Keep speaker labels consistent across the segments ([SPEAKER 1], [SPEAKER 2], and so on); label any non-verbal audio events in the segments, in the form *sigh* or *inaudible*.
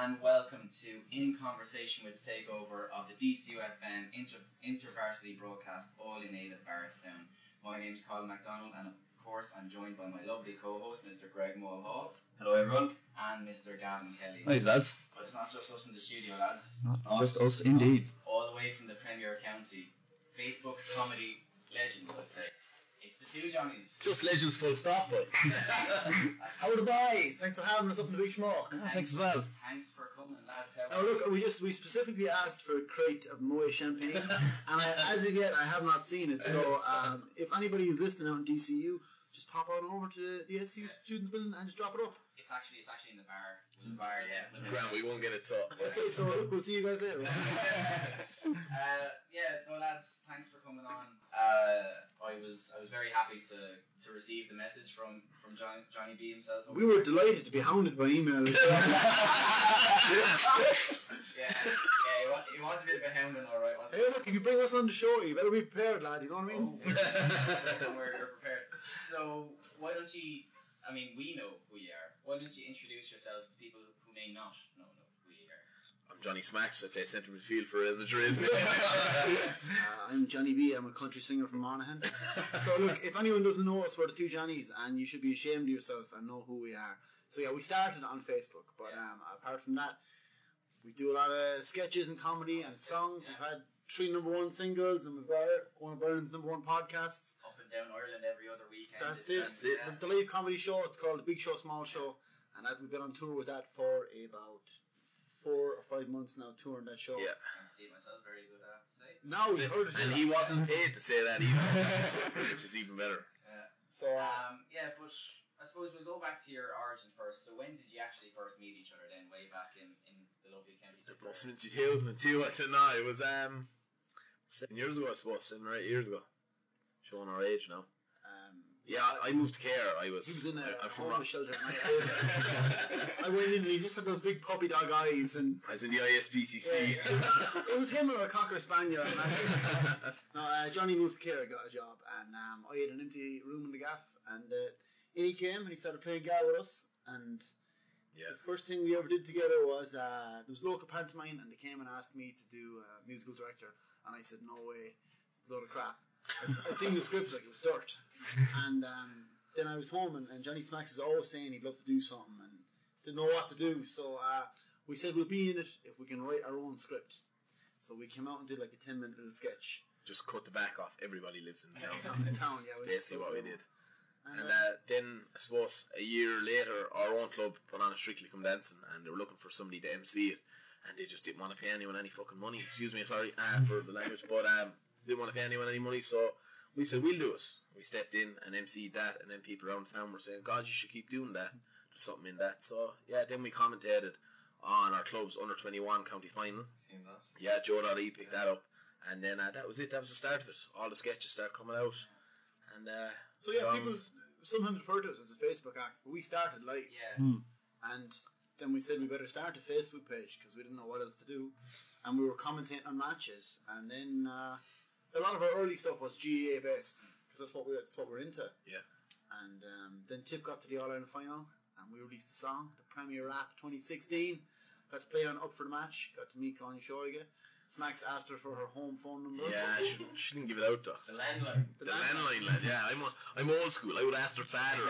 [SPEAKER 1] and welcome to In Conversation with Takeover of the DCUFM inter- InterVarsity broadcast, all in aid of Barrowstown. My name is Colin MacDonald, and of course, I'm joined by my lovely co host, Mr. Greg Mulhall,
[SPEAKER 2] Hello,
[SPEAKER 3] *laughs*
[SPEAKER 2] everyone.
[SPEAKER 1] and Mr. Gavin Kelly.
[SPEAKER 3] Hi, lads.
[SPEAKER 1] But it's not just us in the studio, lads.
[SPEAKER 3] Not
[SPEAKER 1] It's us-
[SPEAKER 3] just us,
[SPEAKER 1] it's
[SPEAKER 3] indeed.
[SPEAKER 1] us All the way from the Premier County. Facebook comedy legend, I'd say. It's the two Johnnies.
[SPEAKER 3] *laughs* Just legends full stop, boy.
[SPEAKER 2] How the boys? Thanks for having us up in the Beach Mark.
[SPEAKER 3] Thanks as well.
[SPEAKER 1] Thanks for coming, lads. How
[SPEAKER 2] Now look, we just we specifically asked for a crate of Moët champagne, and
[SPEAKER 3] *laughs*
[SPEAKER 2] I, as of yet I have not seen it. So um, if anybody is listening out in DCU, just pop on over to the, the SU students building and just drop it up.
[SPEAKER 1] It's actually it's actually in the bar. It's in the bar, yeah. We'll-
[SPEAKER 4] Grant, we won't get it up.
[SPEAKER 2] *laughs* Okay, so look, we'll see you guys later.
[SPEAKER 1] *laughs* Uh, yeah, no lads, thanks for coming on. Uh, I was I was very happy to, to receive the message from from John, Johnny B himself.
[SPEAKER 2] We were delighted to be hounded by emailers.
[SPEAKER 1] Yeah, yeah, it was, it was a bit of a hounding, all right, wasn't
[SPEAKER 2] hey,
[SPEAKER 1] it?
[SPEAKER 2] look, if you bring us on the show, you better be prepared, lad. You know what I mean?
[SPEAKER 1] Oh, yeah. Don't worry, we're prepared. So why don't you? I mean, we know who you are. Why don't you introduce yourselves to people who may not know who you
[SPEAKER 2] *laughs*
[SPEAKER 1] are?
[SPEAKER 4] I'm Johnny Smacks. I play centre midfield for Real Madrid.
[SPEAKER 2] Uh, I'm Johnny B. I'm a country singer from Monaghan. So look, if anyone doesn't know us, we're the two Johnnies, and you should be ashamed of yourself and know who we are. So yeah, we started on Facebook, but
[SPEAKER 1] Yeah.
[SPEAKER 2] um, apart from that, we do a lot of sketches and comedy and songs.
[SPEAKER 1] Yeah.
[SPEAKER 2] We've had three number one singles, and we've got one of Ireland's number one podcasts.
[SPEAKER 1] Up and down Ireland every other weekend.
[SPEAKER 2] That's
[SPEAKER 1] It's-
[SPEAKER 2] it.
[SPEAKER 4] That's it.
[SPEAKER 1] yeah.
[SPEAKER 2] The live comedy show. It's called the Big Show, Small Show, and that, we've been on tour with that for about four or five months now, touring that show.
[SPEAKER 4] Yeah.
[SPEAKER 1] I'm seeing myself very good, I have to say.
[SPEAKER 2] Now we've heard it.
[SPEAKER 4] and he wasn't paid to say that either, which is even better.
[SPEAKER 2] So. uh,
[SPEAKER 1] Um, yeah, but I suppose we'll go back to your origin first. So when did you actually first meet each other then, way back in, in the lovely county?
[SPEAKER 4] It must have been 2002. I said no. It was um seven years ago, I suppose. Seven or eight years ago. Showing our age now.
[SPEAKER 2] Um,
[SPEAKER 4] Yeah, I moved to care. I was.
[SPEAKER 2] He was in a,
[SPEAKER 4] I,
[SPEAKER 2] a
[SPEAKER 4] I'm from.
[SPEAKER 2] homeless shelter. and
[SPEAKER 4] *laughs*
[SPEAKER 2] *laughs* I- I went in and he just had those big puppy dog eyes, and
[SPEAKER 4] As in the ISPCC. *laughs*
[SPEAKER 2] it was him or a cocker spaniel. And I, no, uh, Johnny moved to Kerry, got a job, and um, I had an empty room in the gaff, and uh, in he came and he started playing gar with us. And
[SPEAKER 4] Yeah.
[SPEAKER 2] the first thing we ever did together was uh, there was local pantomime, and they came and asked me to do uh, musical director, and I said no way, load of crap. I'd seen the script like it was dirt. And um, then I was home, and, and Johnny Smacks is always saying he'd love to do something and didn't know what to do. So uh, we said we'll be in it if we can write our own script. So we came out and did like a 10 minute little sketch.
[SPEAKER 4] Just cut the back off. Everybody lives in the town.
[SPEAKER 2] Town, town, yeah,
[SPEAKER 4] That's
[SPEAKER 2] we just
[SPEAKER 4] basically what we
[SPEAKER 2] wrote
[SPEAKER 4] did.
[SPEAKER 2] our own.
[SPEAKER 4] And
[SPEAKER 2] And, uh,
[SPEAKER 4] uh, then I suppose a year later, our own club put on a Strictly Come Dancing, and they were looking for somebody to MC it, and they just didn't want to pay anyone any fucking money. Excuse me, sorry
[SPEAKER 1] *laughs*
[SPEAKER 4] uh, for the language, but um, didn't want to pay anyone any money, so we said we'll do it. We stepped in and MC'd that, and then people around town were saying, "God, you should keep doing that." There's something in that. So yeah, then we commentated on our club's under twenty one county final.
[SPEAKER 1] Seen that.
[SPEAKER 4] Yeah, Joe Roddy picked that up, and then uh, that was it. That was the start of it. All the sketches started coming out, and uh,
[SPEAKER 2] so yeah, people
[SPEAKER 4] songs-
[SPEAKER 2] sometimes refer to us as a Facebook act, but we started live.
[SPEAKER 1] Yeah.
[SPEAKER 2] And then we said we better start a Facebook page because we didn't know what else to do. And we were commentating on matches. And then uh, a lot of our early stuff was GEA based because that's what we that's what we're into.
[SPEAKER 4] Yeah.
[SPEAKER 2] And um, then Tip got to the All Ireland final, and we released a song, the Premier Rap 2016. Got to play on Up for the Match. Got to meet Gráinne Shorige. Smacks asked her for her home phone number.
[SPEAKER 4] Yeah, she, she didn't give it out though.
[SPEAKER 1] The landline.
[SPEAKER 4] The landline lad, yeah, I'm, I'm old school. I would ask her father.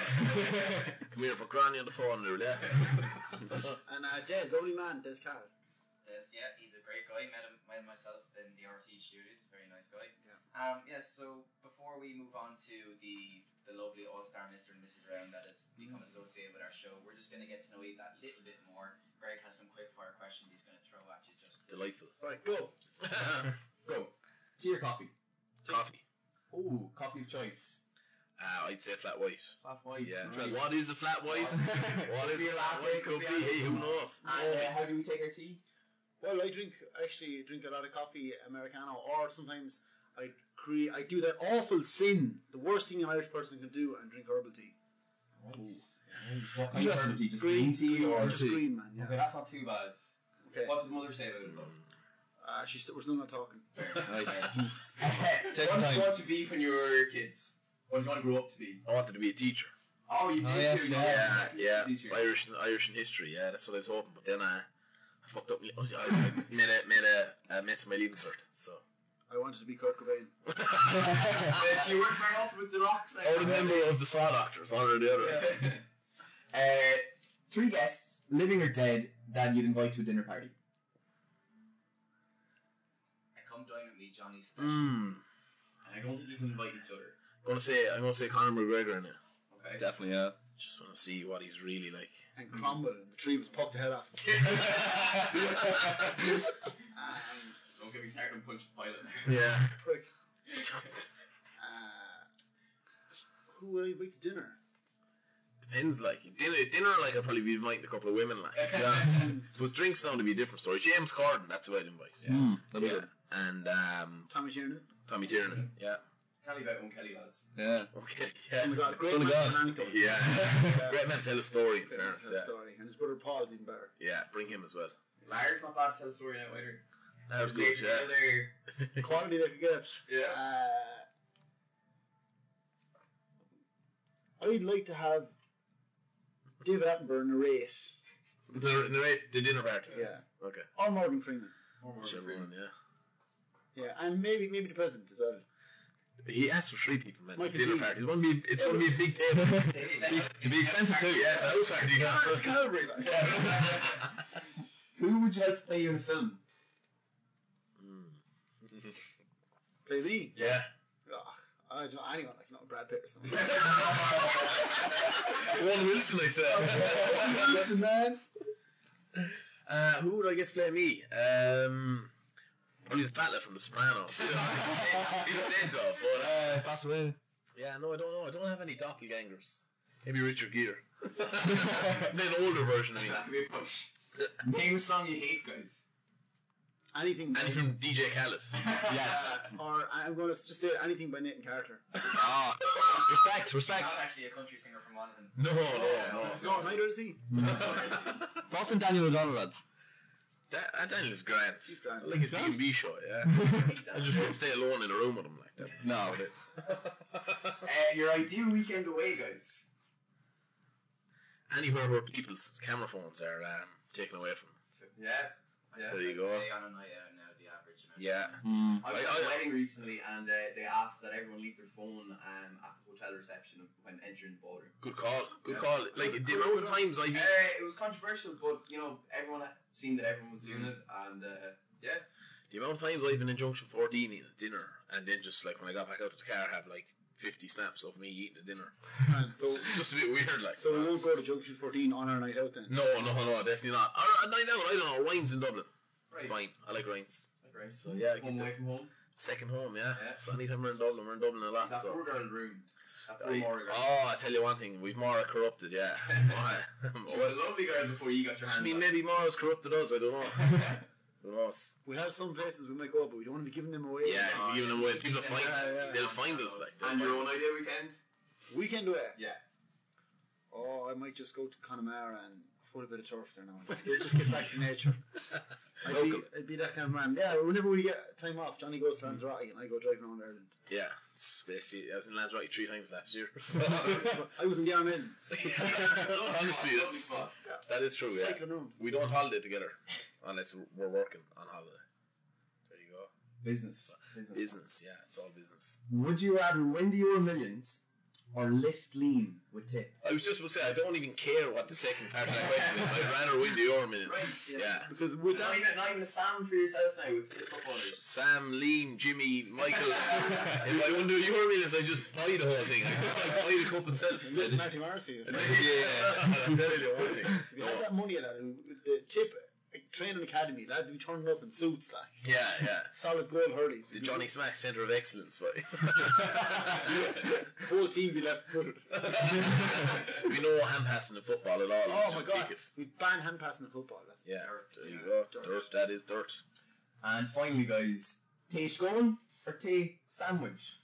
[SPEAKER 3] *laughs*
[SPEAKER 4] Come here, put Granny on the phone there, yeah. *laughs*
[SPEAKER 2] And uh, Des, lovely man, Des Carl.
[SPEAKER 1] Yes, yeah, he's a great guy. Met him, met him myself in the RT studios. Very nice guy.
[SPEAKER 2] Yeah.
[SPEAKER 1] Um. Yeah. So before we move on to the the lovely all star Mister and Mrs Round that has become
[SPEAKER 5] Hmm.
[SPEAKER 1] associated with our show, we're just gonna get to know you that little bit more. Greg has some quick fire questions he's gonna throw at you. Just
[SPEAKER 3] *laughs*
[SPEAKER 4] Delightful.
[SPEAKER 2] Right, go.
[SPEAKER 3] Go. Tea or coffee?
[SPEAKER 4] Coffee.
[SPEAKER 3] Ooh, coffee of choice.
[SPEAKER 4] Uh, I'd say flat white.
[SPEAKER 3] Flat white.
[SPEAKER 4] Yeah.
[SPEAKER 3] *laughs*
[SPEAKER 4] What is a flat white? What
[SPEAKER 3] Could
[SPEAKER 4] is
[SPEAKER 3] be
[SPEAKER 4] a
[SPEAKER 3] a
[SPEAKER 4] flat
[SPEAKER 3] latte,
[SPEAKER 4] white? Could
[SPEAKER 3] could
[SPEAKER 4] be.
[SPEAKER 3] be
[SPEAKER 4] Hey, who
[SPEAKER 3] *laughs*
[SPEAKER 4] knows?
[SPEAKER 3] Uh, how do we take our tea?
[SPEAKER 2] Well, I drink actually drink a lot of coffee, americano, or sometimes I create I do that awful sin, the worst thing an Irish person can do, and drink herbal tea.
[SPEAKER 3] What kind of herbal tea? Just green, tea or
[SPEAKER 2] just green, man.
[SPEAKER 3] Okay,
[SPEAKER 2] Yeah.
[SPEAKER 3] that's not too bad.
[SPEAKER 2] Okay.
[SPEAKER 3] What did mother say about *laughs* it
[SPEAKER 2] Uh, she said we're still not talking.
[SPEAKER 3] though? nice.
[SPEAKER 5] What
[SPEAKER 3] Take
[SPEAKER 5] did you want to be when you were kids? What did you want to grow up to be?
[SPEAKER 4] I wanted to be a
[SPEAKER 3] *laughs*
[SPEAKER 4] teacher.
[SPEAKER 5] Oh, you did
[SPEAKER 3] yes,
[SPEAKER 5] too.
[SPEAKER 3] yeah,
[SPEAKER 4] Yeah,
[SPEAKER 5] exactly,
[SPEAKER 4] yeah.
[SPEAKER 5] Teacher.
[SPEAKER 4] Irish, Irish in history. Yeah, that's what I was hoping. But then I, I fucked up. I made a made a, a mess of my leaving cert.
[SPEAKER 3] *laughs*
[SPEAKER 4] So *laughs*
[SPEAKER 2] I wanted to be Kurt Cobain.
[SPEAKER 5] *laughs* if you weren't very often with the locks, I
[SPEAKER 4] or the member of the Saw Doctors, one or the other. I think.
[SPEAKER 5] Yeah.
[SPEAKER 3] *laughs* Uh, three guests, living or dead, that you'd invite to a dinner *laughs* party.
[SPEAKER 1] I come down with me, Johnny Special.
[SPEAKER 4] Hmm.
[SPEAKER 5] And I don't think you can invite each other.
[SPEAKER 4] I'm gonna say I'm gonna say Conor McGregor in it.
[SPEAKER 5] Okay.
[SPEAKER 6] Definitely, yeah.
[SPEAKER 4] Just want to see what he's really like.
[SPEAKER 2] And Cromwell, and the tree was popped the head off. Um,
[SPEAKER 5] Don't get me started on Punch the Pilot.
[SPEAKER 4] *laughs* Yeah.
[SPEAKER 2] prick. Uh, who would I invite to dinner?
[SPEAKER 4] Depends, like dinner. Dinner, like I'd probably be inviting a couple of women, like.
[SPEAKER 2] *laughs*
[SPEAKER 4] To be honest. But drinks sound to be a different story. James Corden, that's who I'd invite.
[SPEAKER 5] Yeah.
[SPEAKER 6] Mm, that'd be
[SPEAKER 4] Yeah.
[SPEAKER 6] good. Mm-hmm.
[SPEAKER 4] And um,
[SPEAKER 2] Tommy Tiernan.
[SPEAKER 4] Tommy Tiernan. Yeah. *laughs*
[SPEAKER 5] Kelly about one Kelly lads.
[SPEAKER 6] Yeah.
[SPEAKER 4] Okay.
[SPEAKER 2] Oh my
[SPEAKER 4] Yeah.
[SPEAKER 2] god, a great
[SPEAKER 6] Son
[SPEAKER 2] man
[SPEAKER 6] of
[SPEAKER 2] for an
[SPEAKER 6] God.
[SPEAKER 2] anecdote.
[SPEAKER 4] Yeah. *laughs* Great man to tell a story. In
[SPEAKER 2] Great man
[SPEAKER 4] fairness,
[SPEAKER 2] for a
[SPEAKER 4] yeah.
[SPEAKER 2] story. And his brother Paul is even better.
[SPEAKER 4] yeah. Bring him as well.
[SPEAKER 5] Larry's not bad to tell a story now either.
[SPEAKER 4] That was
[SPEAKER 5] Later,
[SPEAKER 4] good. Yeah. *laughs*
[SPEAKER 5] later.
[SPEAKER 2] Quality they could get.
[SPEAKER 5] Yeah.
[SPEAKER 2] Uh, I'd like to have David Attenborough narrate.
[SPEAKER 4] The, the, the dinner party.
[SPEAKER 2] Yeah.
[SPEAKER 4] Okay.
[SPEAKER 2] Or Morgan Freeman.
[SPEAKER 5] Or more
[SPEAKER 4] Whichever
[SPEAKER 5] free.
[SPEAKER 4] one, yeah.
[SPEAKER 2] Yeah, and maybe maybe the president as well.
[SPEAKER 4] He asked for three people, man.
[SPEAKER 2] Michael
[SPEAKER 4] dinner
[SPEAKER 2] Keaton.
[SPEAKER 4] party. It's gonna be it's gonna be a big table. *laughs* It'd be expensive too. Yeah, it's a house party. you know.
[SPEAKER 2] Ah, It's Calvary. Like.
[SPEAKER 3] Who would you like to play you in a film?
[SPEAKER 2] *laughs* Play me.
[SPEAKER 4] *laughs* Yeah.
[SPEAKER 2] Ugh, I don't know anyone like not Brad Pitt or something.
[SPEAKER 4] *laughs* One Wilson, I said.
[SPEAKER 2] Listen, man.
[SPEAKER 4] *laughs* uh, who would I guess play me? Um, probably the fat lad from The *laughs* Sopranos. he was dead though. But uh,
[SPEAKER 6] Uh, pass away.
[SPEAKER 4] yeah, no, I don't know. I don't have any doppelgangers. Maybe Richard *laughs* Gere. Maybe an older version of me.
[SPEAKER 5] That could be a push.
[SPEAKER 3] Name
[SPEAKER 5] The song you hate, guys.
[SPEAKER 2] *laughs* Anything. by-
[SPEAKER 4] Anything from DJ Callis.
[SPEAKER 6] Yes.
[SPEAKER 2] Or I'm going to just say anything by Nathan Carter.
[SPEAKER 4] *laughs* Ah, respect,
[SPEAKER 1] Not
[SPEAKER 4] respect.
[SPEAKER 1] actually a country singer from one of them.
[SPEAKER 4] No, no,
[SPEAKER 2] No, neither is *laughs* he.
[SPEAKER 4] no.
[SPEAKER 6] Thoughts on Daniel
[SPEAKER 5] *laughs*
[SPEAKER 6] O'Donnell, lads?
[SPEAKER 4] That, that Daniel's grand.
[SPEAKER 2] He's grand.
[SPEAKER 4] I like his B
[SPEAKER 6] Grand.
[SPEAKER 4] and B show. Yeah, I just wouldn't stay alone in a room with him like that.
[SPEAKER 6] No.
[SPEAKER 5] Uh, your ideal weekend away, guys.
[SPEAKER 4] Anywhere where people's camera phones are um, taken away from.
[SPEAKER 5] Yeah. Yeah.
[SPEAKER 4] There you go.
[SPEAKER 1] Stay on a night out now, the average. American.
[SPEAKER 4] Yeah.
[SPEAKER 6] Hmm.
[SPEAKER 5] I was at
[SPEAKER 4] Like,
[SPEAKER 5] a
[SPEAKER 4] I-
[SPEAKER 5] wedding recently, and uh, they asked that everyone leave their phone um, at the hotel reception when entering the ballroom.
[SPEAKER 4] Good call. Good
[SPEAKER 5] Yeah.
[SPEAKER 4] call. Like the amount of times I've
[SPEAKER 5] Uh,
[SPEAKER 4] eaten-
[SPEAKER 5] it was controversial, but you know everyone had seen that everyone was doing
[SPEAKER 4] Mm.
[SPEAKER 5] it, and uh,
[SPEAKER 4] the amount of times I've been in Junction 14 eating at dinner, and then just like when I got back out of the car, have like 50 snaps of me eating the dinner.
[SPEAKER 2] Man, so,
[SPEAKER 4] It's just a bit weird, like.
[SPEAKER 2] so we won't go to Junction 14 on our night out then.
[SPEAKER 4] No, no, no, definitely not. Or a night out. I don't know. Ryan's in Dublin. It's fine. I like Ryan's.
[SPEAKER 5] right.
[SPEAKER 4] So yeah, I
[SPEAKER 5] home
[SPEAKER 4] get
[SPEAKER 5] away
[SPEAKER 4] the
[SPEAKER 5] from home.
[SPEAKER 4] second home. Yeah.
[SPEAKER 5] Yeah.
[SPEAKER 4] So anytime we're in Dublin, we're in Dublin a lot.
[SPEAKER 5] That
[SPEAKER 4] so.
[SPEAKER 5] poor girl ruined. That poor
[SPEAKER 4] I-
[SPEAKER 5] Maura girl.
[SPEAKER 4] oh, I tell you one thing, we've Mara corrupted, yeah. Why? *laughs*
[SPEAKER 5] She was a lovely girl before Oh, you got your hands.
[SPEAKER 4] I mean,
[SPEAKER 5] on
[SPEAKER 4] maybe Mara's corrupted us, I
[SPEAKER 5] *laughs*
[SPEAKER 4] don't know.
[SPEAKER 5] her.
[SPEAKER 4] Who knows?
[SPEAKER 2] We have some places we might go, but we don't want to be giving them away.
[SPEAKER 4] Yeah, giving them away. People will find,
[SPEAKER 2] Yeah, yeah.
[SPEAKER 4] they'll find us, like. they'll
[SPEAKER 5] and your
[SPEAKER 4] find
[SPEAKER 5] own
[SPEAKER 4] us.
[SPEAKER 5] idea weekend.
[SPEAKER 2] Weekend away.
[SPEAKER 5] Yeah.
[SPEAKER 2] Oh, I might just go to Connemara and put a bit of turf there now. Just get, just get back to nature. I'd be,
[SPEAKER 4] Local.
[SPEAKER 2] I'd be that kind of man. Yeah, whenever we get time off, Johnny goes to Lanzarote and I go driving around Ireland.
[SPEAKER 4] Yeah, it's basically, I was in Lanzarote three times last year. *laughs*
[SPEAKER 2] I was in the Arm Ends.
[SPEAKER 4] Honestly, that's,
[SPEAKER 5] Lovely spot.
[SPEAKER 4] that is true, Oh, yeah.
[SPEAKER 2] Cycling around.
[SPEAKER 4] We don't holiday together unless we're working on holiday. There you go.
[SPEAKER 3] Business. Business.
[SPEAKER 4] Business, yeah, it's all business.
[SPEAKER 3] Would you rather win the Euro Millions or lift lean with tip?
[SPEAKER 4] I was just going to say, I don't even care what the second part of that question is. I'd rather win the Euro minutes.
[SPEAKER 5] Right, yeah.
[SPEAKER 4] yeah.
[SPEAKER 2] Because with
[SPEAKER 5] Not
[SPEAKER 2] that,
[SPEAKER 5] even, not even a Sam for yourself now with the footballers.
[SPEAKER 4] Sam, Liam, Jimmy, Michael. if I won the Euro minutes, I just buy the whole thing. I buy the cup itself.
[SPEAKER 2] with Matty Morris here.
[SPEAKER 4] yeah, I'm telling you one thing.
[SPEAKER 2] If you
[SPEAKER 4] No.
[SPEAKER 2] had that money, that the tip, like, training academy, lads, we turning up in suits, like
[SPEAKER 4] Yeah, yeah.
[SPEAKER 2] solid gold hurleys.
[SPEAKER 4] The Johnny Smack Centre of Excellence, boy.
[SPEAKER 2] *laughs*
[SPEAKER 4] *laughs*
[SPEAKER 2] whole team be left footed.
[SPEAKER 4] *laughs* we know hand passing in football at all.
[SPEAKER 2] Oh my
[SPEAKER 4] just
[SPEAKER 2] god,
[SPEAKER 4] kick it.
[SPEAKER 2] we ban hand passing the football. That's
[SPEAKER 4] Yeah,
[SPEAKER 2] dirt.
[SPEAKER 4] there you go.
[SPEAKER 2] Dirt.
[SPEAKER 4] Dirt, that is dirt.
[SPEAKER 3] And finally, guys, tea scone or tea sandwich?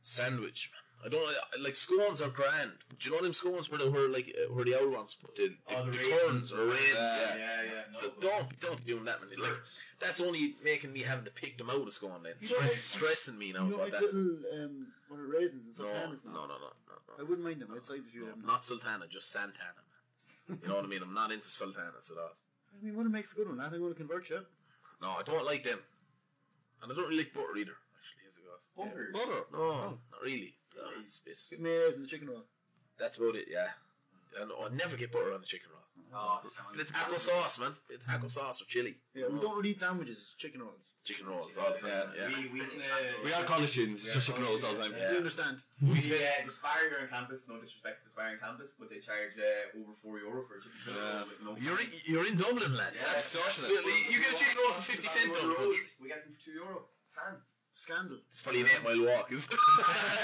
[SPEAKER 4] Sandwich, man. I don't I- like scones are grand. Do you know them scones where they were like uh, where the old ones, but the, the,
[SPEAKER 5] Oh, the
[SPEAKER 4] the
[SPEAKER 5] raisins.
[SPEAKER 4] corns or raisins?
[SPEAKER 5] Yeah,
[SPEAKER 4] Yeah,
[SPEAKER 5] yeah, yeah. No,
[SPEAKER 4] So don't don't be doing that many. Like that's only making me having to pick them out of school and then
[SPEAKER 2] You know, like-
[SPEAKER 4] stress, stressing me now.
[SPEAKER 2] You
[SPEAKER 4] is
[SPEAKER 2] know,
[SPEAKER 4] what
[SPEAKER 2] like
[SPEAKER 4] that's
[SPEAKER 2] little um, what are raisins and
[SPEAKER 4] no,
[SPEAKER 2] sultanas
[SPEAKER 4] no,
[SPEAKER 2] now.
[SPEAKER 4] no, no,
[SPEAKER 2] I
[SPEAKER 4] no,
[SPEAKER 2] wouldn't mind them. I'd size a few
[SPEAKER 4] no,
[SPEAKER 2] of them.
[SPEAKER 4] no. Not sultana, just santana. man. You know what I mean? I'm not into sultanas at all.
[SPEAKER 2] *laughs* I mean, what makes a good one? I think we'll convert you.
[SPEAKER 4] No, I don't like them. And I don't really like butter either, actually, as it goes.
[SPEAKER 5] Butter?
[SPEAKER 4] Yeah. Butter? No, not really. Oh, it's a bit-
[SPEAKER 2] Mayonnaise and the chicken roll.
[SPEAKER 4] That's about it, yeah. And I never get butter on a chicken roll.
[SPEAKER 1] Oh,
[SPEAKER 4] But it's taco sauce, man. It's taco sauce or chili.
[SPEAKER 2] Yeah, we don't really eat sandwiches, it's chicken rolls.
[SPEAKER 4] Chicken rolls all the time. Yeah.
[SPEAKER 5] We, we, uh,
[SPEAKER 6] We are college students, it's just chicken rolls all the time.
[SPEAKER 2] Do You understand?
[SPEAKER 5] we, uh, aspire here on campus, no disrespect to aspiring campus, but they charge uh, over 4 euro for a chicken fillet with no
[SPEAKER 4] You're in, you're in Dublin, lads.
[SPEAKER 5] Yeah,
[SPEAKER 4] That's
[SPEAKER 5] that's
[SPEAKER 4] that's you get a chicken roll for fifty cent down the country.
[SPEAKER 5] We get them for 2 euro. Can.
[SPEAKER 2] Scandal.
[SPEAKER 4] *laughs* It's probably an eight mile walk, *laughs* is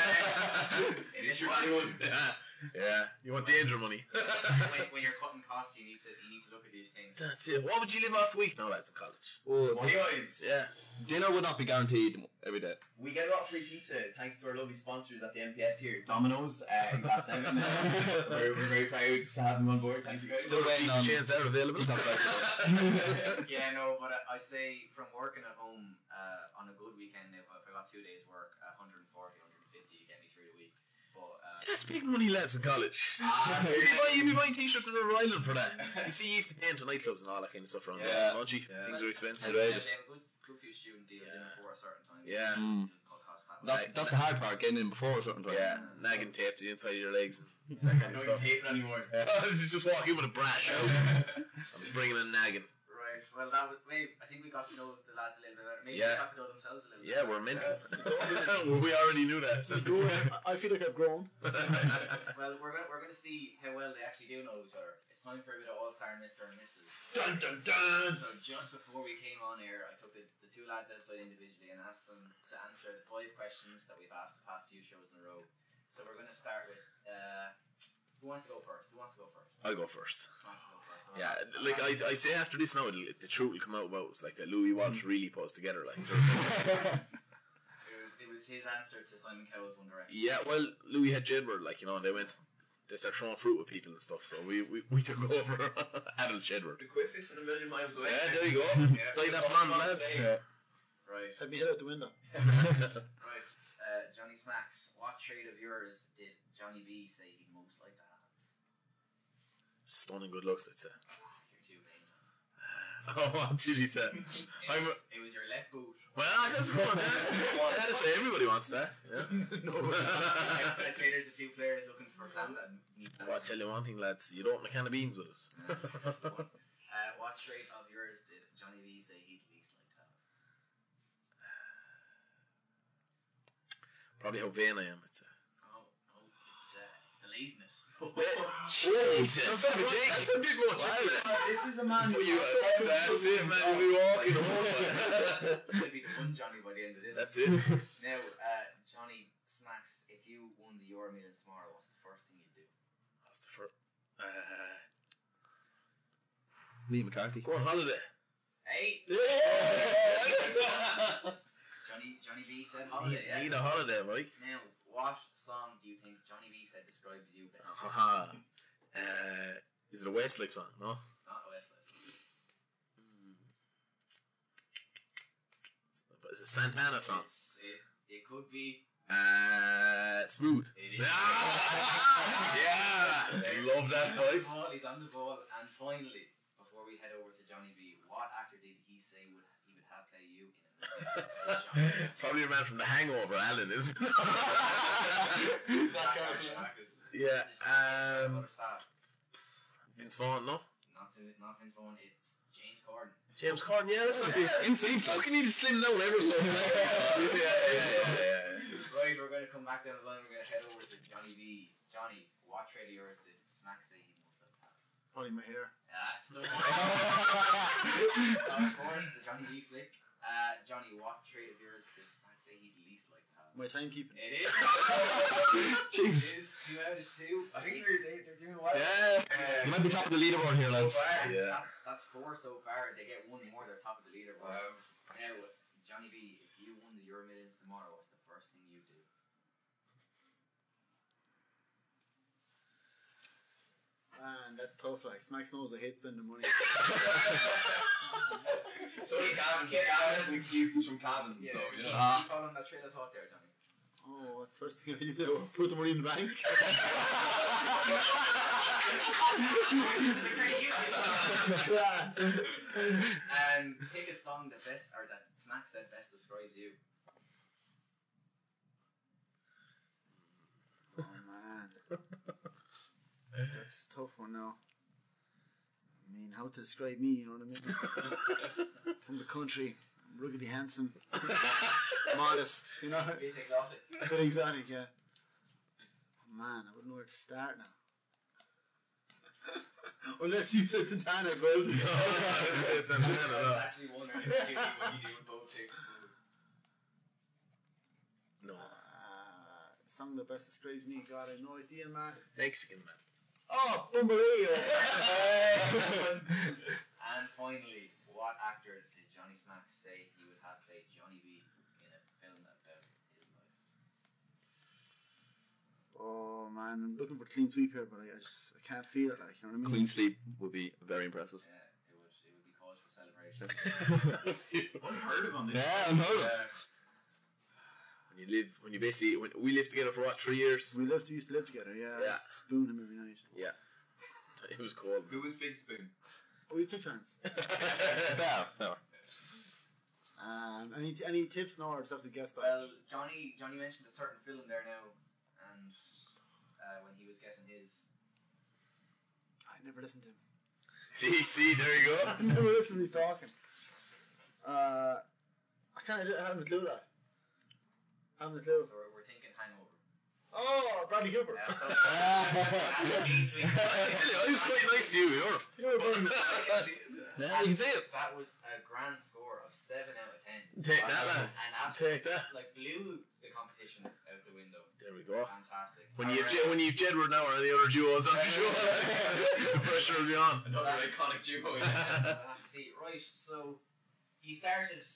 [SPEAKER 4] it?
[SPEAKER 5] It is your
[SPEAKER 4] yeah. yeah. You want danger *laughs* money.
[SPEAKER 1] when, when you're cutting costs, you need to you need to look at these things.
[SPEAKER 4] That's it. What would you live off a week now, lads, in college?
[SPEAKER 6] Oh,
[SPEAKER 5] Anyways,
[SPEAKER 4] Yeah.
[SPEAKER 6] dinner would not be guaranteed every day.
[SPEAKER 5] we get a lot of free pizza thanks to our lovely sponsors at the MPS here, Domino's uh, in
[SPEAKER 4] *laughs*
[SPEAKER 5] Glasnevin. Uh, we're, we're very proud to have them on board. Thank you guys.
[SPEAKER 4] Still
[SPEAKER 6] waiting
[SPEAKER 4] pizza
[SPEAKER 6] on-
[SPEAKER 4] chains are available.
[SPEAKER 6] Not
[SPEAKER 4] yeah. *laughs*
[SPEAKER 1] yeah, no, but I, I'd say from working at home uh, on a good weekend, if, if I got two days work, 140, 150 get me through the week. But uh,
[SPEAKER 4] That's big money, lads, in college.
[SPEAKER 6] *laughs*
[SPEAKER 5] Ah,
[SPEAKER 4] you'd,
[SPEAKER 5] very
[SPEAKER 4] be
[SPEAKER 5] nice.
[SPEAKER 4] buying, you'd be buying t-shirts in River Island for that. You see, you have to pay into nightclubs and all that kind of stuff around
[SPEAKER 6] Yeah.
[SPEAKER 4] there. Lunchy,
[SPEAKER 5] Yeah.
[SPEAKER 4] things are
[SPEAKER 1] they
[SPEAKER 4] expensive.
[SPEAKER 1] have-
[SPEAKER 6] outrageous.
[SPEAKER 1] they have a
[SPEAKER 6] Mm.
[SPEAKER 1] good, good few student deals in
[SPEAKER 4] Yeah.
[SPEAKER 1] before a certain time.
[SPEAKER 4] Yeah. Mm.
[SPEAKER 1] It'll cut costs that way.
[SPEAKER 6] That's that's the hard part, getting in before or something. like
[SPEAKER 4] Yeah, nagging tape to the inside of your
[SPEAKER 6] *laughs*
[SPEAKER 4] legs.
[SPEAKER 5] I
[SPEAKER 4] That
[SPEAKER 1] *laughs*
[SPEAKER 4] kind
[SPEAKER 5] don't
[SPEAKER 4] of
[SPEAKER 5] even
[SPEAKER 4] stuff.
[SPEAKER 5] tape it
[SPEAKER 4] *laughs*
[SPEAKER 5] anymore.
[SPEAKER 4] Sometimes you just walk in with a brash out. I'm bringing in nagging.
[SPEAKER 1] Right. Well, that was. Maybe I think we got to know the lads a little bit better. Maybe
[SPEAKER 4] Yeah.
[SPEAKER 1] they got to know themselves a little
[SPEAKER 4] Yeah,
[SPEAKER 1] bit.
[SPEAKER 4] we're mint.
[SPEAKER 6] *laughs*
[SPEAKER 2] Yeah.
[SPEAKER 4] we already knew
[SPEAKER 2] You grow-
[SPEAKER 4] that.
[SPEAKER 2] I- I feel like I've grown.
[SPEAKER 1] Well, we're gonna we're gonna see how well they actually do know each other. It's time for a bit of All Star Mister and Mrs.
[SPEAKER 4] dun dun dun.
[SPEAKER 1] So just before we came on air, I took the, the two lads outside individually and asked them to answer the five questions that we've asked the past few shows in a row. So we're gonna start with uh, who wants to go first? Who wants to go first?
[SPEAKER 4] *laughs* I'll go first.
[SPEAKER 1] Who wants to go first?
[SPEAKER 4] Yeah, like I, I say after this now, it'll, the truth will come out about us. Like that Louis Walsh really pulls together. Like,
[SPEAKER 6] that.
[SPEAKER 1] it was it was his answer to Simon Cowell's One Direction.
[SPEAKER 4] *laughs* yeah, well, Louis had Jedward. Like you know, and they went, they start throwing fruit with people and stuff. So we we, we took *laughs* over adult Jedward.
[SPEAKER 5] The quickest in a million miles away.
[SPEAKER 4] Yeah, there you go. *laughs*
[SPEAKER 5] Yeah.
[SPEAKER 4] Take that plan, lads. *laughs*
[SPEAKER 6] Yeah.
[SPEAKER 1] Right,
[SPEAKER 2] Let me head out the window.
[SPEAKER 1] right. Uh, Johnny Smacks, what trade of yours did Johnny B say he'd most like to have?
[SPEAKER 4] Stunning good looks, I'd say.
[SPEAKER 1] You're too vain.
[SPEAKER 4] *laughs* Oh, what did he say?
[SPEAKER 1] It,
[SPEAKER 4] I'm-
[SPEAKER 1] was, it was your left
[SPEAKER 4] *laughs*
[SPEAKER 1] boot.
[SPEAKER 4] Well, that's good. Yeah, that's what everybody wants that.
[SPEAKER 1] I'd,
[SPEAKER 5] *laughs*
[SPEAKER 4] Yeah.
[SPEAKER 1] I'd say there's a few players looking for Sam that need that. *laughs*
[SPEAKER 4] well, I tell you one thing, lads. You don't want a can of beans with *laughs*
[SPEAKER 1] Uh, that's the
[SPEAKER 4] it.
[SPEAKER 1] one. Uh, what trait of yours did Johnny Lee say he'd least like to have?
[SPEAKER 4] Probably how vain I am. It's
[SPEAKER 1] Oh, oh, it's, uh, it's the *laughs* laziness.
[SPEAKER 4] *laughs* uh, Jesus, that's a big That's a big one.
[SPEAKER 5] This is a man
[SPEAKER 4] Well, you- uh, that's it, man. You'll be walking home.
[SPEAKER 1] It's going to be the one Johnny by the end of this.
[SPEAKER 4] *laughs* That's it.
[SPEAKER 1] Now, uh, Johnny Smacks, if you won the Euro Million tomorrow, what's the first thing you'd do?
[SPEAKER 4] That's the fir- uh,
[SPEAKER 6] Lee McCarthy.
[SPEAKER 4] go on holiday.
[SPEAKER 1] Hey,
[SPEAKER 4] Yeah.
[SPEAKER 1] Johnny Johnny B said holiday.
[SPEAKER 4] You
[SPEAKER 1] Yeah.
[SPEAKER 4] Need a holiday, Mike.
[SPEAKER 1] Now, what song do you think Johnny B said describes you best?
[SPEAKER 4] Uh, is it a Westlife song? No.
[SPEAKER 1] It's not Westless.
[SPEAKER 4] It's a Santana song.
[SPEAKER 1] It's, it, it could be.
[SPEAKER 4] Uh, smooth.
[SPEAKER 1] It is.
[SPEAKER 4] Ah, *laughs* yeah, love that
[SPEAKER 1] He's on the
[SPEAKER 4] voice.
[SPEAKER 1] ball, He's on the ball, and finally, before we head over to Johnny B, what actor did he say would he would have play you in a movie?
[SPEAKER 4] *laughs* Probably a man from The Hangover, Alan, isn't it? *laughs* yeah, um,
[SPEAKER 1] Other staff.
[SPEAKER 4] Vince Vaughn, no?
[SPEAKER 1] Not to, not in phone. It's James Corden.
[SPEAKER 4] James Corden, yeah, that's not too
[SPEAKER 6] Insane.
[SPEAKER 4] Fucking need to slim down ever so slightly. *laughs* yeah, yeah, yeah, yeah, yeah.
[SPEAKER 1] Right, we're going to come back down the line. We're going to head over to Johnny B. Johnny, what trade of yours did Smack say he most loved? having?
[SPEAKER 2] Probably my
[SPEAKER 4] *laughs*
[SPEAKER 2] hair.
[SPEAKER 1] That's *laughs* the one. of course, the Johnny B flick. Uh, Johnny, what trade of yours did Smack say he'd least like to have?
[SPEAKER 2] My timekeeping.
[SPEAKER 1] It is. *laughs*
[SPEAKER 6] Jesus.
[SPEAKER 1] It is two out of two.
[SPEAKER 5] I think they're, they, they're doing well.
[SPEAKER 4] Yeah.
[SPEAKER 5] Uh,
[SPEAKER 6] You might be top of the leaderboard here, lads.
[SPEAKER 1] That's,
[SPEAKER 4] Yeah. *laughs*
[SPEAKER 1] that's, that's four so far. They get one more. They're top of the leaderboard. Now, Johnny B, if you won the Euro Millions tomorrow, what's the first thing you do?
[SPEAKER 2] Man, that's tough. Like, Smacks knows I hate spending money.
[SPEAKER 5] So does Gavin. Gavin has an excuse. He's from Cabin, so you know.
[SPEAKER 4] Uh,
[SPEAKER 1] you call on that trail of thought there, Johnny.
[SPEAKER 2] Oh, what's the first thing I do? Put the money in the bank. Class.
[SPEAKER 1] Um, pick a song that best or that Snack said best describes you.
[SPEAKER 2] Oh man, that's a tough one now. I mean, how to describe me? You know what I mean? From the country, I'm ruggedly handsome, *laughs* modest. You know,
[SPEAKER 1] A bit
[SPEAKER 4] *laughs*
[SPEAKER 1] exotic.
[SPEAKER 2] but exotic. Yeah. Oh, Man, I wouldn't know where to start now. *laughs* Unless you said Santana, Uh,
[SPEAKER 4] didn't say
[SPEAKER 2] bro.
[SPEAKER 4] Santana,
[SPEAKER 1] I
[SPEAKER 4] no.
[SPEAKER 1] was actually wondering if you knew what you do with both picks.
[SPEAKER 4] No.
[SPEAKER 2] Ah, song that best describes me. God, I have no idea, man.
[SPEAKER 4] Mexican man.
[SPEAKER 2] Oh, Bumblebee.
[SPEAKER 1] And finally, what actor did Johnny Snack say he would have played Johnny B in a film about his life?
[SPEAKER 2] Oh man, I'm looking for clean sweep here, but I, I just I can't feel it. Like you know what I mean?
[SPEAKER 6] Queen Sleep would be
[SPEAKER 4] *laughs*
[SPEAKER 6] very impressive.
[SPEAKER 1] Yeah, it would, it would be cause for celebration.
[SPEAKER 5] Unheard of on this.
[SPEAKER 6] Yeah, unheard of.
[SPEAKER 4] When you live, when you basically, when we lived together for what, three years?
[SPEAKER 2] We lived, we used to live together. Yeah, I
[SPEAKER 4] Yeah.
[SPEAKER 2] used to spoon him every night.
[SPEAKER 4] It was cold.
[SPEAKER 5] Who was Big Spoon?
[SPEAKER 2] Oh, we took turns.
[SPEAKER 6] Yeah, no.
[SPEAKER 2] Um, any any tips? No, I just have to guess that.
[SPEAKER 6] Um,
[SPEAKER 1] Well, Johnny Johnny mentioned a certain film there now, and uh, when he was guessing his,
[SPEAKER 2] I never listened
[SPEAKER 6] *laughs*
[SPEAKER 2] to him.
[SPEAKER 4] *laughs* See, see, there you go. *laughs*
[SPEAKER 2] I never listened to his talking. Uh, I kind of haven't a clue that. I haven't a
[SPEAKER 1] so
[SPEAKER 2] clue.
[SPEAKER 1] we're, we're thinking Hangover. *laughs*
[SPEAKER 2] Oh, Bradley Cooper.
[SPEAKER 1] Uh, so- After these weeks-
[SPEAKER 4] *laughs* I tell you, I was quite nice to you. You're a
[SPEAKER 2] *laughs* *laughs* You were born-
[SPEAKER 4] Yeah, you can see it.
[SPEAKER 1] That was a grand score of seven out of ten.
[SPEAKER 4] *laughs* Take that, man.
[SPEAKER 1] And absolutely,
[SPEAKER 4] Take that.
[SPEAKER 1] like blew the competition out the window.
[SPEAKER 4] There we go.
[SPEAKER 1] Fantastic.
[SPEAKER 4] When you've Je- when you've Jedward now or any other duos, I'm sure *laughs* the pressure will be
[SPEAKER 5] *laughs*
[SPEAKER 4] on.
[SPEAKER 5] Another iconic duo.
[SPEAKER 1] We'll
[SPEAKER 4] *laughs*
[SPEAKER 1] have to see, right? So he started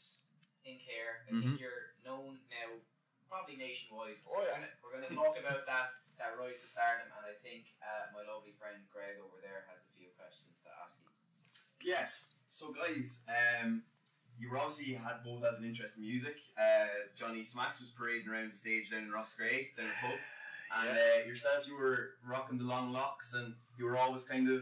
[SPEAKER 1] in care. I
[SPEAKER 4] Mm-hmm.
[SPEAKER 1] think you're known now, probably nationwide. So
[SPEAKER 2] Oh, yeah.
[SPEAKER 1] we're gonna- We're going to talk about that that rise to stardom, and I think uh, my lovely friend Greg over there has a few questions to ask you.
[SPEAKER 5] *laughs* Yes. So guys, um, you were obviously had both had an interest in music. Uh, Johnny Smacks was parading around the stage down in Ross Gray, down the pub, and uh, yourself, you were rocking the long locks, and you were always kind of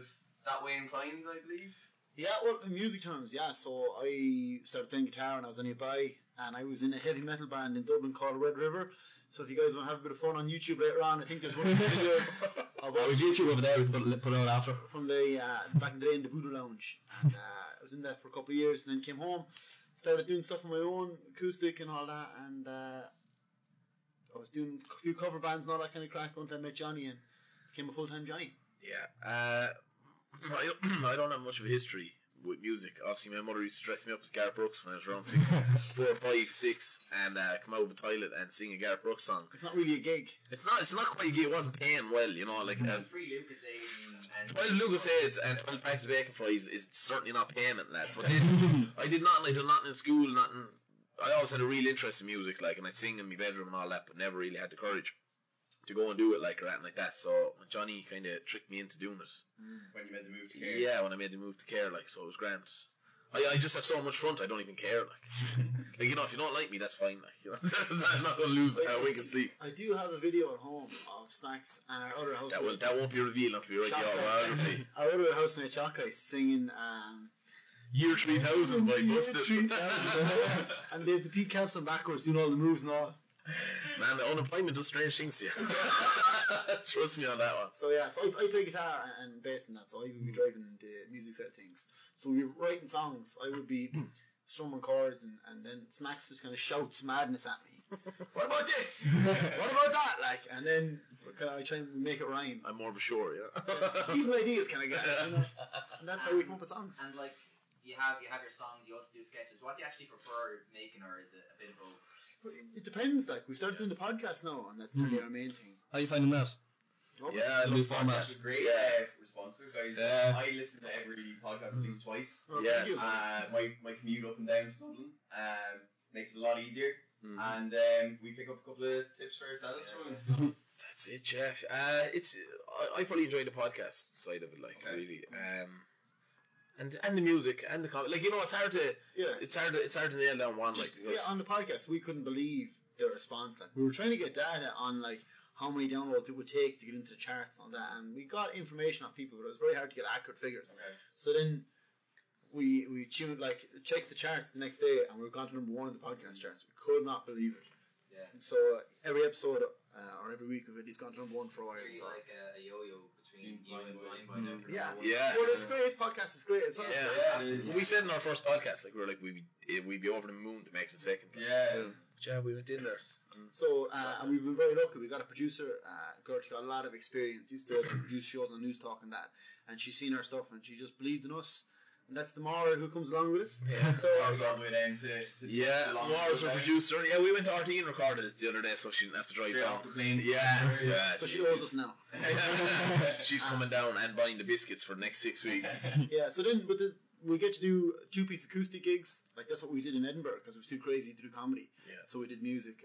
[SPEAKER 5] that way inclined, I believe.
[SPEAKER 2] *laughs* Yeah, well, in music terms, yeah. So I started playing guitar when I was only a boy, and I was in a heavy metal band in Dublin called Red River. So if you guys want to have a bit of fun on YouTube later on, I think there's one of the *laughs* videos of
[SPEAKER 6] Well, it Oh, was
[SPEAKER 2] us
[SPEAKER 6] YouTube over there. We put, put it out after.
[SPEAKER 2] from the uh, back in the day in the Voodoo Lounge. And, uh, I was in there for a couple of years, and then came home, started doing stuff on my own, acoustic and all that, and uh, I was doing a few cover bands and all that kind of crack until I met Johnny and became a full time Johnny.
[SPEAKER 4] Yeah. Uh, *clears throat* I, don't, *clears throat* I don't have much of a history with music. Obviously, my mother used to dress me up as Garth Brooks when I was around six, four, five, six, and uh, come out of the toilet and sing a Garth Brooks song.
[SPEAKER 2] It's not really a gig.
[SPEAKER 4] It's not. It's not quite. It wasn't paying well, you know. Like uh,
[SPEAKER 1] And free Lucas aid and, and
[SPEAKER 4] twelve Lucas aids and twelve packs of bacon fries is certainly not paying it, lads. But then,
[SPEAKER 5] Mm-hmm.
[SPEAKER 4] I did not. I did not in school. Nothing. I always had a real interest in music, like, and I'd sing in my bedroom and all that, but never really had the courage to go and do it, like, or anything like that. So when Johnny kind of tricked me into doing it,
[SPEAKER 5] When you made the move to care.
[SPEAKER 4] yeah, when I made the move to care, like, so it was grand. I, I just have so much front, I don't even care, like. like, you know, if you don't like me, that's fine, like, *laughs* you know, I'm not going to lose a wink of sleep.
[SPEAKER 2] I do have a video at home of Smacks and our other house.
[SPEAKER 4] That, will, that won't be revealed until we write the
[SPEAKER 2] *laughs*
[SPEAKER 4] autobiography.
[SPEAKER 2] I went to a house in Chakai singing, um,
[SPEAKER 4] Year 3000 by
[SPEAKER 2] Year
[SPEAKER 4] Busted.
[SPEAKER 2] 3000. and they have the peak caps on backwards, doing all the moves and all.
[SPEAKER 4] *laughs* Man, the unemployment does strange things to you. *laughs* Trust me on that one.
[SPEAKER 2] So yeah, so I, I play guitar and bass and that, so I would be driving the music side of things. So we were writing songs, I would be strumming chords, and, and then Smacks just kind of shouts madness at me. what about this? what about that? Like, and then kind of I try and make it rhyme.
[SPEAKER 4] *laughs* I'm more of a sure, yeah. *laughs*
[SPEAKER 2] He's an ideas kind of guy, you know? and that's how we come up with songs.
[SPEAKER 1] and like you have you have your songs. You also do sketches. What do you actually prefer making, or is it a bit of both?
[SPEAKER 2] But it- It depends. Like we started doing the podcast now, and that's really our main thing.
[SPEAKER 6] How you finding that?
[SPEAKER 2] Love it.
[SPEAKER 4] Yeah, I
[SPEAKER 6] New
[SPEAKER 4] love
[SPEAKER 6] format.
[SPEAKER 5] That was
[SPEAKER 4] formats.
[SPEAKER 5] great
[SPEAKER 4] Yeah.
[SPEAKER 5] uh, response to it, guys.
[SPEAKER 6] Yeah.
[SPEAKER 5] I listen to every podcast at least twice.
[SPEAKER 2] Well,
[SPEAKER 4] Yes.
[SPEAKER 2] thank you.
[SPEAKER 5] Uh, my, my commute up and down to Dublin um, makes it a lot easier,
[SPEAKER 4] Mhm.
[SPEAKER 2] Ah,
[SPEAKER 6] Mm-hmm.
[SPEAKER 5] and um, we pick up a couple of tips for ourselves from it. To be
[SPEAKER 6] *laughs*
[SPEAKER 5] honest.
[SPEAKER 4] That's it, Jeff. Uh, it's I, I probably enjoy the podcast side of it, like
[SPEAKER 5] Okay.
[SPEAKER 4] really, um, and and the music and the com- like you know it's hard to
[SPEAKER 2] yeah.
[SPEAKER 4] it's hard to, it's hard to nail down one like
[SPEAKER 2] Just- yeah,
[SPEAKER 4] because
[SPEAKER 2] on the podcast, we couldn't believe the response. Like we were trying to get data on like how many downloads it would take to get into the charts and all that, and we got information off people, but it was very hard to get accurate figures.
[SPEAKER 5] Okay.
[SPEAKER 2] So then we we tuned like checked the charts the next day, and we were gone to number one in the podcast charts. We could not believe it.
[SPEAKER 1] Yeah.
[SPEAKER 2] So uh, every episode uh, or every week we've at least gone to number one for a while.
[SPEAKER 1] It's
[SPEAKER 2] So.
[SPEAKER 1] really like a, a yo-yo between
[SPEAKER 5] Being
[SPEAKER 1] you and
[SPEAKER 5] blind
[SPEAKER 1] blind by now. for
[SPEAKER 2] Yeah.
[SPEAKER 1] number one.
[SPEAKER 4] Yeah.
[SPEAKER 2] Well, it's great. This podcast is great as well.
[SPEAKER 4] Yeah,
[SPEAKER 2] so
[SPEAKER 5] yeah.
[SPEAKER 2] it's-
[SPEAKER 4] and we said in our first podcast, like we were like we'd be, eh, we'd be over the moon to make it a second.
[SPEAKER 5] Yeah.
[SPEAKER 4] But yeah, we went in there. s-
[SPEAKER 2] So, uh, and we've been very lucky. We got a producer, uh, girl, she's got a lot of experience, used to *coughs* like, produce shows on News Talk and that. And she's seen our stuff and she just believed in us. And that's the Mara who comes along with us.
[SPEAKER 4] Yeah.
[SPEAKER 2] So,
[SPEAKER 5] I was all the way down to. to
[SPEAKER 4] Yeah,
[SPEAKER 5] to Long Island.
[SPEAKER 4] Laura's our producer. Yeah, we went to RT and recorded it the other day, so she didn't have to drive
[SPEAKER 5] Straight
[SPEAKER 4] down.
[SPEAKER 5] off the *laughs* plane.
[SPEAKER 4] Yeah,
[SPEAKER 6] *laughs*
[SPEAKER 5] *laughs*
[SPEAKER 4] yeah.
[SPEAKER 2] so she owes us now.
[SPEAKER 4] *laughs* She's coming down and buying the biscuits for the next six
[SPEAKER 5] *laughs*
[SPEAKER 4] weeks.
[SPEAKER 2] Yeah, so then, but the, we get to do two piece acoustic gigs. Like, that's what we did in Edinburgh because it was too crazy to do comedy.
[SPEAKER 4] Yeah.
[SPEAKER 2] So, we did music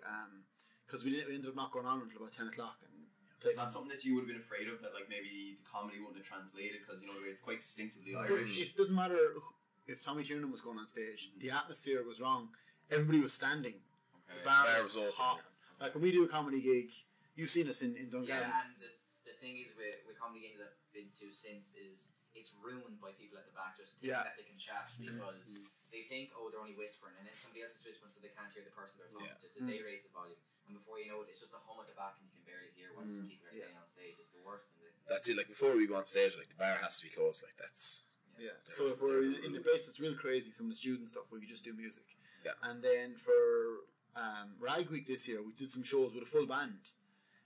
[SPEAKER 2] because we, didn't, we ended up not going on until about 10 o'clock. And
[SPEAKER 5] Is
[SPEAKER 2] places.
[SPEAKER 5] that something that you would have been afraid of? That like maybe the comedy wouldn't have translated because you know it's quite
[SPEAKER 6] Mm.
[SPEAKER 5] distinctively
[SPEAKER 2] But
[SPEAKER 5] Irish.
[SPEAKER 2] It doesn't matter who- if Tommy Tiernan was going on stage, the atmosphere was wrong. Everybody was standing.
[SPEAKER 5] Okay.
[SPEAKER 2] The bar,
[SPEAKER 4] Bar
[SPEAKER 2] was
[SPEAKER 4] was open,
[SPEAKER 2] hot. Like when we do a comedy gig, you've seen us in, in Dungannon.
[SPEAKER 1] Yeah, and the, the thing is with, with comedy games I've been to since is it's ruined by people at the back just thinking
[SPEAKER 2] Yeah.
[SPEAKER 1] that they can chat
[SPEAKER 6] Mm-hmm.
[SPEAKER 1] because they think, oh, they're only whispering, and then somebody else is whispering so they can't hear the person they're talking to, so they
[SPEAKER 6] Mm-hmm.
[SPEAKER 1] raise the volume. And before you know it, it's just a hum at the back and you can barely hear what
[SPEAKER 5] Mm.
[SPEAKER 6] Mm-hmm.
[SPEAKER 1] people are
[SPEAKER 2] Yeah.
[SPEAKER 1] saying on stage. It's the worst. And the,
[SPEAKER 4] That's it. Like before we go on stage, like the bar has to be closed. Like that's
[SPEAKER 2] Yeah. So if we're in, in the place that's real crazy, some of the student stuff, we could just do music.
[SPEAKER 4] Yeah.
[SPEAKER 2] And then for um, Rag Week this year, we did some shows with a full band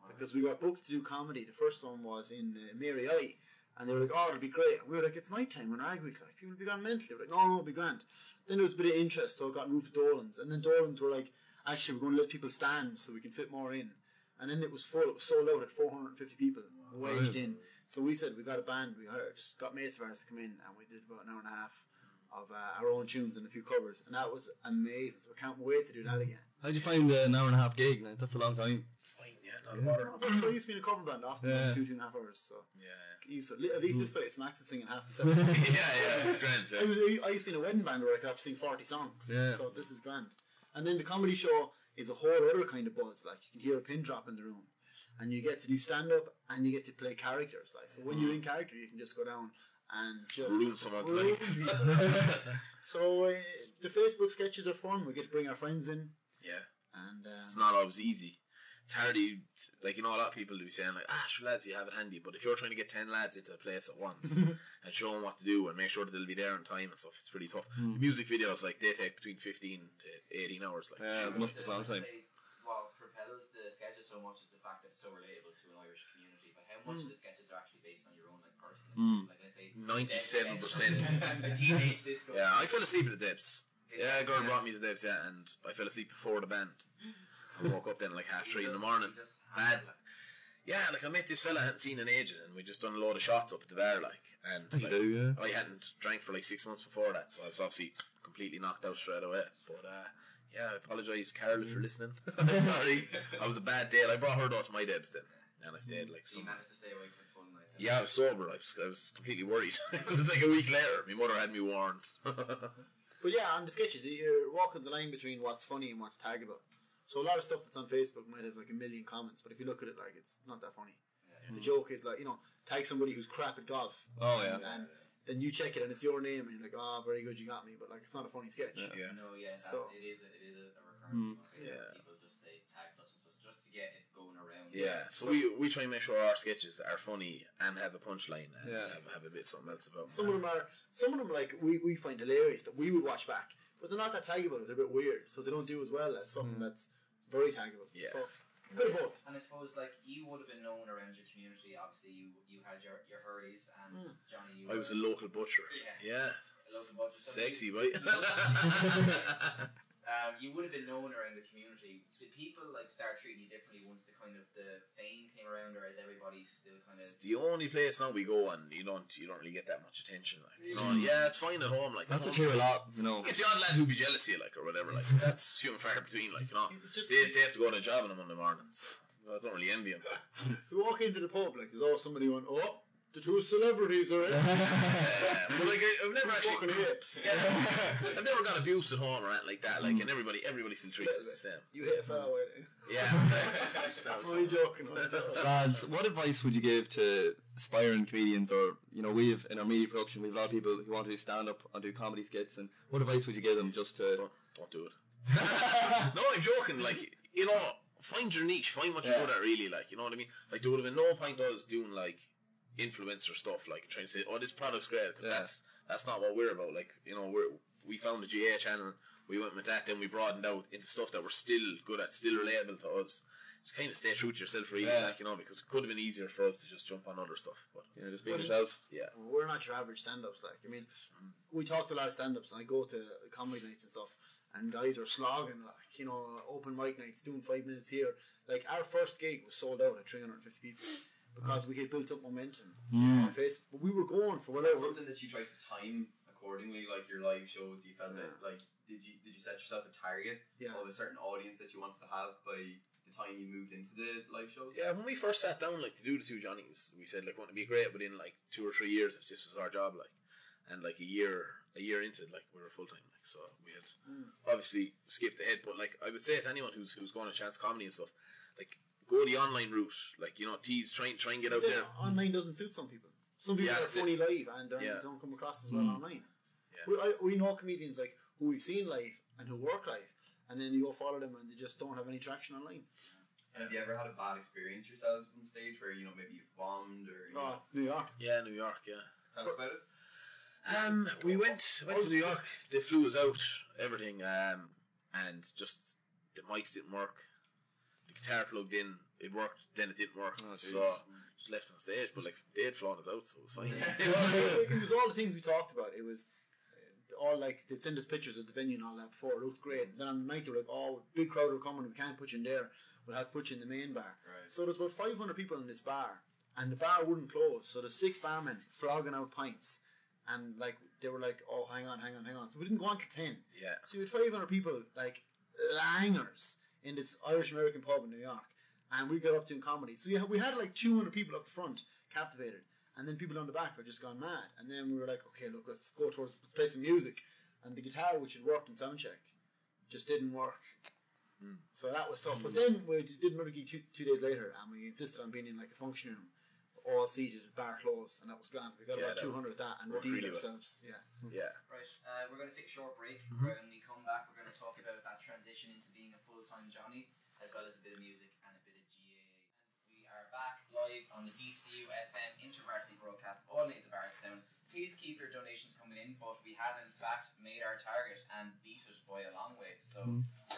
[SPEAKER 2] because we got booked to do comedy. The first one was in uh, Mary Eye. And they were like, oh, it'll be great. And we were like, it's night time on Rag Week. Like, people will be gone mentally. We're like, no, no, it'll be grand. Then there was a bit of interest, so it got moved to Dolan's. And then Dolan's were like, actually, we're going to let people stand so we can fit more in. And then it was full. It was sold out at 450 people wedged in. So we said we got a band. We hired, just got mates of ours to come in, and we did about an hour and a half of uh, our own tunes and a few covers, and that was amazing. So we can't wait to do that again.
[SPEAKER 6] How'd you find an hour and a half gig? Like, that's a
[SPEAKER 5] *laughs*
[SPEAKER 6] long time. *laughs*
[SPEAKER 4] fine. Yeah, not a bother.
[SPEAKER 2] so I used to be in a cover band often,
[SPEAKER 6] Yeah.
[SPEAKER 2] about two two and a half hours. So
[SPEAKER 4] Yeah,
[SPEAKER 2] used to, at least this way, it's Max is singing half the
[SPEAKER 4] *laughs*
[SPEAKER 2] set.
[SPEAKER 4] yeah, yeah. It's grand. *laughs*
[SPEAKER 2] I,
[SPEAKER 4] Yeah.
[SPEAKER 2] was, I used to be in a wedding band where I could have to sing 40 songs.
[SPEAKER 6] Yeah.
[SPEAKER 2] So this is grand. And then the comedy show is a whole other kind of buzz. Like you can hear a pin drop in the room. And you get to do stand up and you get to play characters. Like so when you're in character you can just go down and just
[SPEAKER 4] Ruin someone's
[SPEAKER 2] ruin
[SPEAKER 4] life.
[SPEAKER 2] people. *laughs* so uh, the Facebook sketches are fun. We get to bring our friends in
[SPEAKER 4] Yeah.
[SPEAKER 2] and
[SPEAKER 4] *laughs* It's
[SPEAKER 2] uh,
[SPEAKER 4] not always easy. It's hard to, like, you know, a lot of people do be saying, like, ah, sure, lads, you have it handy. But if you're trying to get 10 lads into a place at once *laughs* and show them what to do and make sure that they'll be there on time and stuff, it's pretty tough. Music videos, like, they take between 15 to 18 hours. Like, to
[SPEAKER 6] Yeah,
[SPEAKER 4] shoot.
[SPEAKER 6] must be a long time.
[SPEAKER 1] Say What propels the sketches so much is the fact that it's so relatable to an Irish community. But how much of the sketches are actually based on your own like personal
[SPEAKER 6] Mm.
[SPEAKER 1] like let's say
[SPEAKER 4] *laughs* 97%.
[SPEAKER 1] a *laughs* teenage disco.
[SPEAKER 4] yeah, I fell asleep at the dips. Yeah, a girl
[SPEAKER 1] Yeah.
[SPEAKER 4] brought me to the dips, yeah, and I fell asleep before the band. I woke up then, like, half three in the morning. Bad. Yeah, like, I met this fella I hadn't seen in ages, and we just done a load of shots up at the bar, like, and
[SPEAKER 6] You
[SPEAKER 4] like,
[SPEAKER 6] do, yeah.
[SPEAKER 4] I hadn't drank for like six months before that, so I was obviously completely knocked out straight away. But uh, yeah, I apologise, Carol,
[SPEAKER 6] Mm.
[SPEAKER 4] if you're listening. *laughs* Sorry, I was a bad day. I brought her down to my debs then, and I
[SPEAKER 6] Mm.
[SPEAKER 4] stayed like
[SPEAKER 1] You
[SPEAKER 4] some.
[SPEAKER 1] managed to stay awake for the full night.
[SPEAKER 4] Yeah, I was sober. I was, I was completely worried. *laughs* it was like a week later. My mother had me warned. *laughs*
[SPEAKER 6] Oh,
[SPEAKER 2] but yeah, on the sketches you're walking the line between what's funny and what's taggable. So a lot of stuff that's on Facebook might have like a million comments, but if you look at it like it's not that funny. The joke is like, you know, tag somebody who's crap at golf.
[SPEAKER 6] Oh, yeah.
[SPEAKER 2] And, and
[SPEAKER 1] uh,
[SPEAKER 2] then you check it and it's your name and you're like, ah, very good, you got me. But like, it's not a funny sketch.
[SPEAKER 6] Yeah.
[SPEAKER 4] yeah,
[SPEAKER 1] No, yeah, that,
[SPEAKER 2] So-
[SPEAKER 1] it is. A, it is a, a recurring thing.
[SPEAKER 4] Yeah.
[SPEAKER 1] People just say tag such and such just to get it going around.
[SPEAKER 4] yeah. So we we try and make sure our sketches are funny and have a punchline and
[SPEAKER 6] Yeah.
[SPEAKER 4] have, have a bit something else about.
[SPEAKER 2] Some of them are, some of them like we, we find hilarious that we would watch back, but they're not that taggable. They're a bit weird, so they don't do as well as something that's very taggable.
[SPEAKER 4] Yeah.
[SPEAKER 2] So bit of both.
[SPEAKER 1] And I suppose like you would have been known around your community. Obviously, you you had your your hurleys and Johnny. You
[SPEAKER 4] I was a
[SPEAKER 1] were-
[SPEAKER 4] local butcher.
[SPEAKER 1] Yeah.
[SPEAKER 4] Yeah,
[SPEAKER 1] A local butcher.
[SPEAKER 4] sexy, boy. *laughs*
[SPEAKER 1] Um, you would have been known around the community. Did people like start treating you differently once the kind of the fame came around, or is everybody still kind of?
[SPEAKER 4] It's the only place now we go and you don't you don't really get that much attention. Like, you know,
[SPEAKER 6] Mm.
[SPEAKER 4] yeah, it's fine at home. Like
[SPEAKER 6] That's
[SPEAKER 4] at home,
[SPEAKER 6] what you hear a lot, you know.
[SPEAKER 4] It's the odd lad who be jealous of you, like or whatever. *laughs* Like that's few and far between. Like you know,
[SPEAKER 2] It's just
[SPEAKER 4] they, they have to go to a job on a Monday morning. So I don't really envy him.
[SPEAKER 2] so walk into the pub like there's always somebody going, oh, the two celebrities are
[SPEAKER 6] *laughs*
[SPEAKER 2] in.
[SPEAKER 4] Uh, *laughs* but like I, I've never
[SPEAKER 2] fucking
[SPEAKER 4] actually.
[SPEAKER 2] hips.
[SPEAKER 4] Yeah, I've never got abused at home or anything like that. Like, and everybody, everybody still treats us the same. *laughs*
[SPEAKER 2] You hit a fellow.
[SPEAKER 4] Yeah, *laughs* that's, that was
[SPEAKER 2] Only joking.
[SPEAKER 4] *laughs*
[SPEAKER 2] Only joking.
[SPEAKER 6] Lads, *laughs* what advice would you give to aspiring *laughs* comedians or, you know, we have in our media production, we have a lot of people who want to do stand up and do comedy skits, and what advice would you give them
[SPEAKER 5] *laughs*
[SPEAKER 6] just to.
[SPEAKER 4] don't, don't do it. *laughs* no, I'm joking. Like, you know, find your niche, find what you're
[SPEAKER 3] Yeah.
[SPEAKER 4] good at, really. Like, you know what I mean? Like, there would have been no point us doing, like, influencer stuff, like, trying to say, oh, this product's great, because
[SPEAKER 6] Yeah.
[SPEAKER 4] that's, that's not what we're about. Like, you know, we're, we found the GA channel, we went with that, then we broadened out into stuff that we're still good at, still relatable to us. It's kind of stay true to yourself, really,
[SPEAKER 3] Yeah.
[SPEAKER 4] like, you know, because it could have been easier for us to just jump on other stuff. But
[SPEAKER 6] You know, just being yourself.
[SPEAKER 2] We're not your average stand ups. Like, I mean, we talk to a lot of stand ups, and I go to comedy nights and stuff, and guys are slogging, like, you know, open mic nights, doing five minutes here. Like, our first gig was sold out at 350 people because we had built up momentum
[SPEAKER 6] Mm.
[SPEAKER 2] on Facebook. But we were going for
[SPEAKER 5] Was that
[SPEAKER 2] whatever.
[SPEAKER 5] something that you tried to time accordingly, like your live shows? You felt that, like, did you did you set yourself a target
[SPEAKER 2] Yeah.
[SPEAKER 5] of a certain audience that you wanted to have by the time you moved into the live shows?
[SPEAKER 4] Yeah, when we first sat down, like to do the two Johnnies, we said like, "Wouldn't it be great within like two or three years if this was our job?" Like, and like a year, a year into it, like we were full time. Like, so we had
[SPEAKER 2] Mm.
[SPEAKER 4] obviously skipped ahead. But like, I would say to anyone who's who's going to chance comedy and stuff, like go the online route. Like, you know, tease, try and try and get out
[SPEAKER 2] Then
[SPEAKER 4] there.
[SPEAKER 2] Online doesn't suit some people. Some people
[SPEAKER 4] Yeah,
[SPEAKER 2] are
[SPEAKER 4] that's it.
[SPEAKER 2] funny live and they're-
[SPEAKER 4] Yeah. Hmm.
[SPEAKER 2] don't come across as well
[SPEAKER 6] Mm.
[SPEAKER 2] online.
[SPEAKER 4] Yeah.
[SPEAKER 2] We, I, we know comedians like who we've seen live and who work live, and then you go follow them and they just don't have any traction online.
[SPEAKER 5] And have you ever had a bad experience yourselves on stage where you know maybe you've bombed or you know,
[SPEAKER 2] New York.
[SPEAKER 4] Yeah, Ah, New York. Yeah.
[SPEAKER 5] tell us about it?
[SPEAKER 4] Um, we went went to New York. They flew us out, everything, um, and just the mics didn't work. The guitar plugged in, it worked. Then it didn't work.
[SPEAKER 6] Oh,
[SPEAKER 4] so
[SPEAKER 6] jeez.
[SPEAKER 4] just left on stage. But like they had flown us out, so it was fine.
[SPEAKER 2] it it was all the things we talked about. It was uh, all like they'd send us pictures of the venue and all that before. It looked great. Then on the night they were like, "Oh, big crowd are coming. We can't put you in there. We'll have to put you in the main bar."
[SPEAKER 5] Right.
[SPEAKER 2] So there's about 500 people in this bar, and the bar wouldn't close. So there's six barmen flogging out pints, and like they were like, "Oh, hang on, hang on, hang on." So we didn't go on till ten.
[SPEAKER 4] yeah,
[SPEAKER 2] So we had 500 people, like langers, in this Irish American pub in New York. And we got up doing comedy. So yeah, we had like 200 people up the front captivated. And then people on the back are just gone mad. And then we were like, okay, look, let's go towards, let's play some music. And the guitar, which had worked in soundcheck, just didn't work.
[SPEAKER 4] Mm.
[SPEAKER 2] So that was tough. But then we did another gig two, two days later, and we insisted on being in like a function room, all seated, bar closed, and that was grand. We got
[SPEAKER 4] Yeah,
[SPEAKER 2] about
[SPEAKER 4] that
[SPEAKER 2] 200 at that and
[SPEAKER 4] worked
[SPEAKER 2] redeemed
[SPEAKER 4] really well.
[SPEAKER 2] ourselves. Yeah.
[SPEAKER 4] yeah.
[SPEAKER 1] Right, uh, we're going to take a short break. When we come back, we're going to talk about that transition into being a full time Johnny, as well as a bit of music and a bit of GAA. We are back live on the DCU FM InterVarsity broadcast, all nights of Barstown. Please keep your donations coming in, but we have in fact made our target and beat us by a long way. So,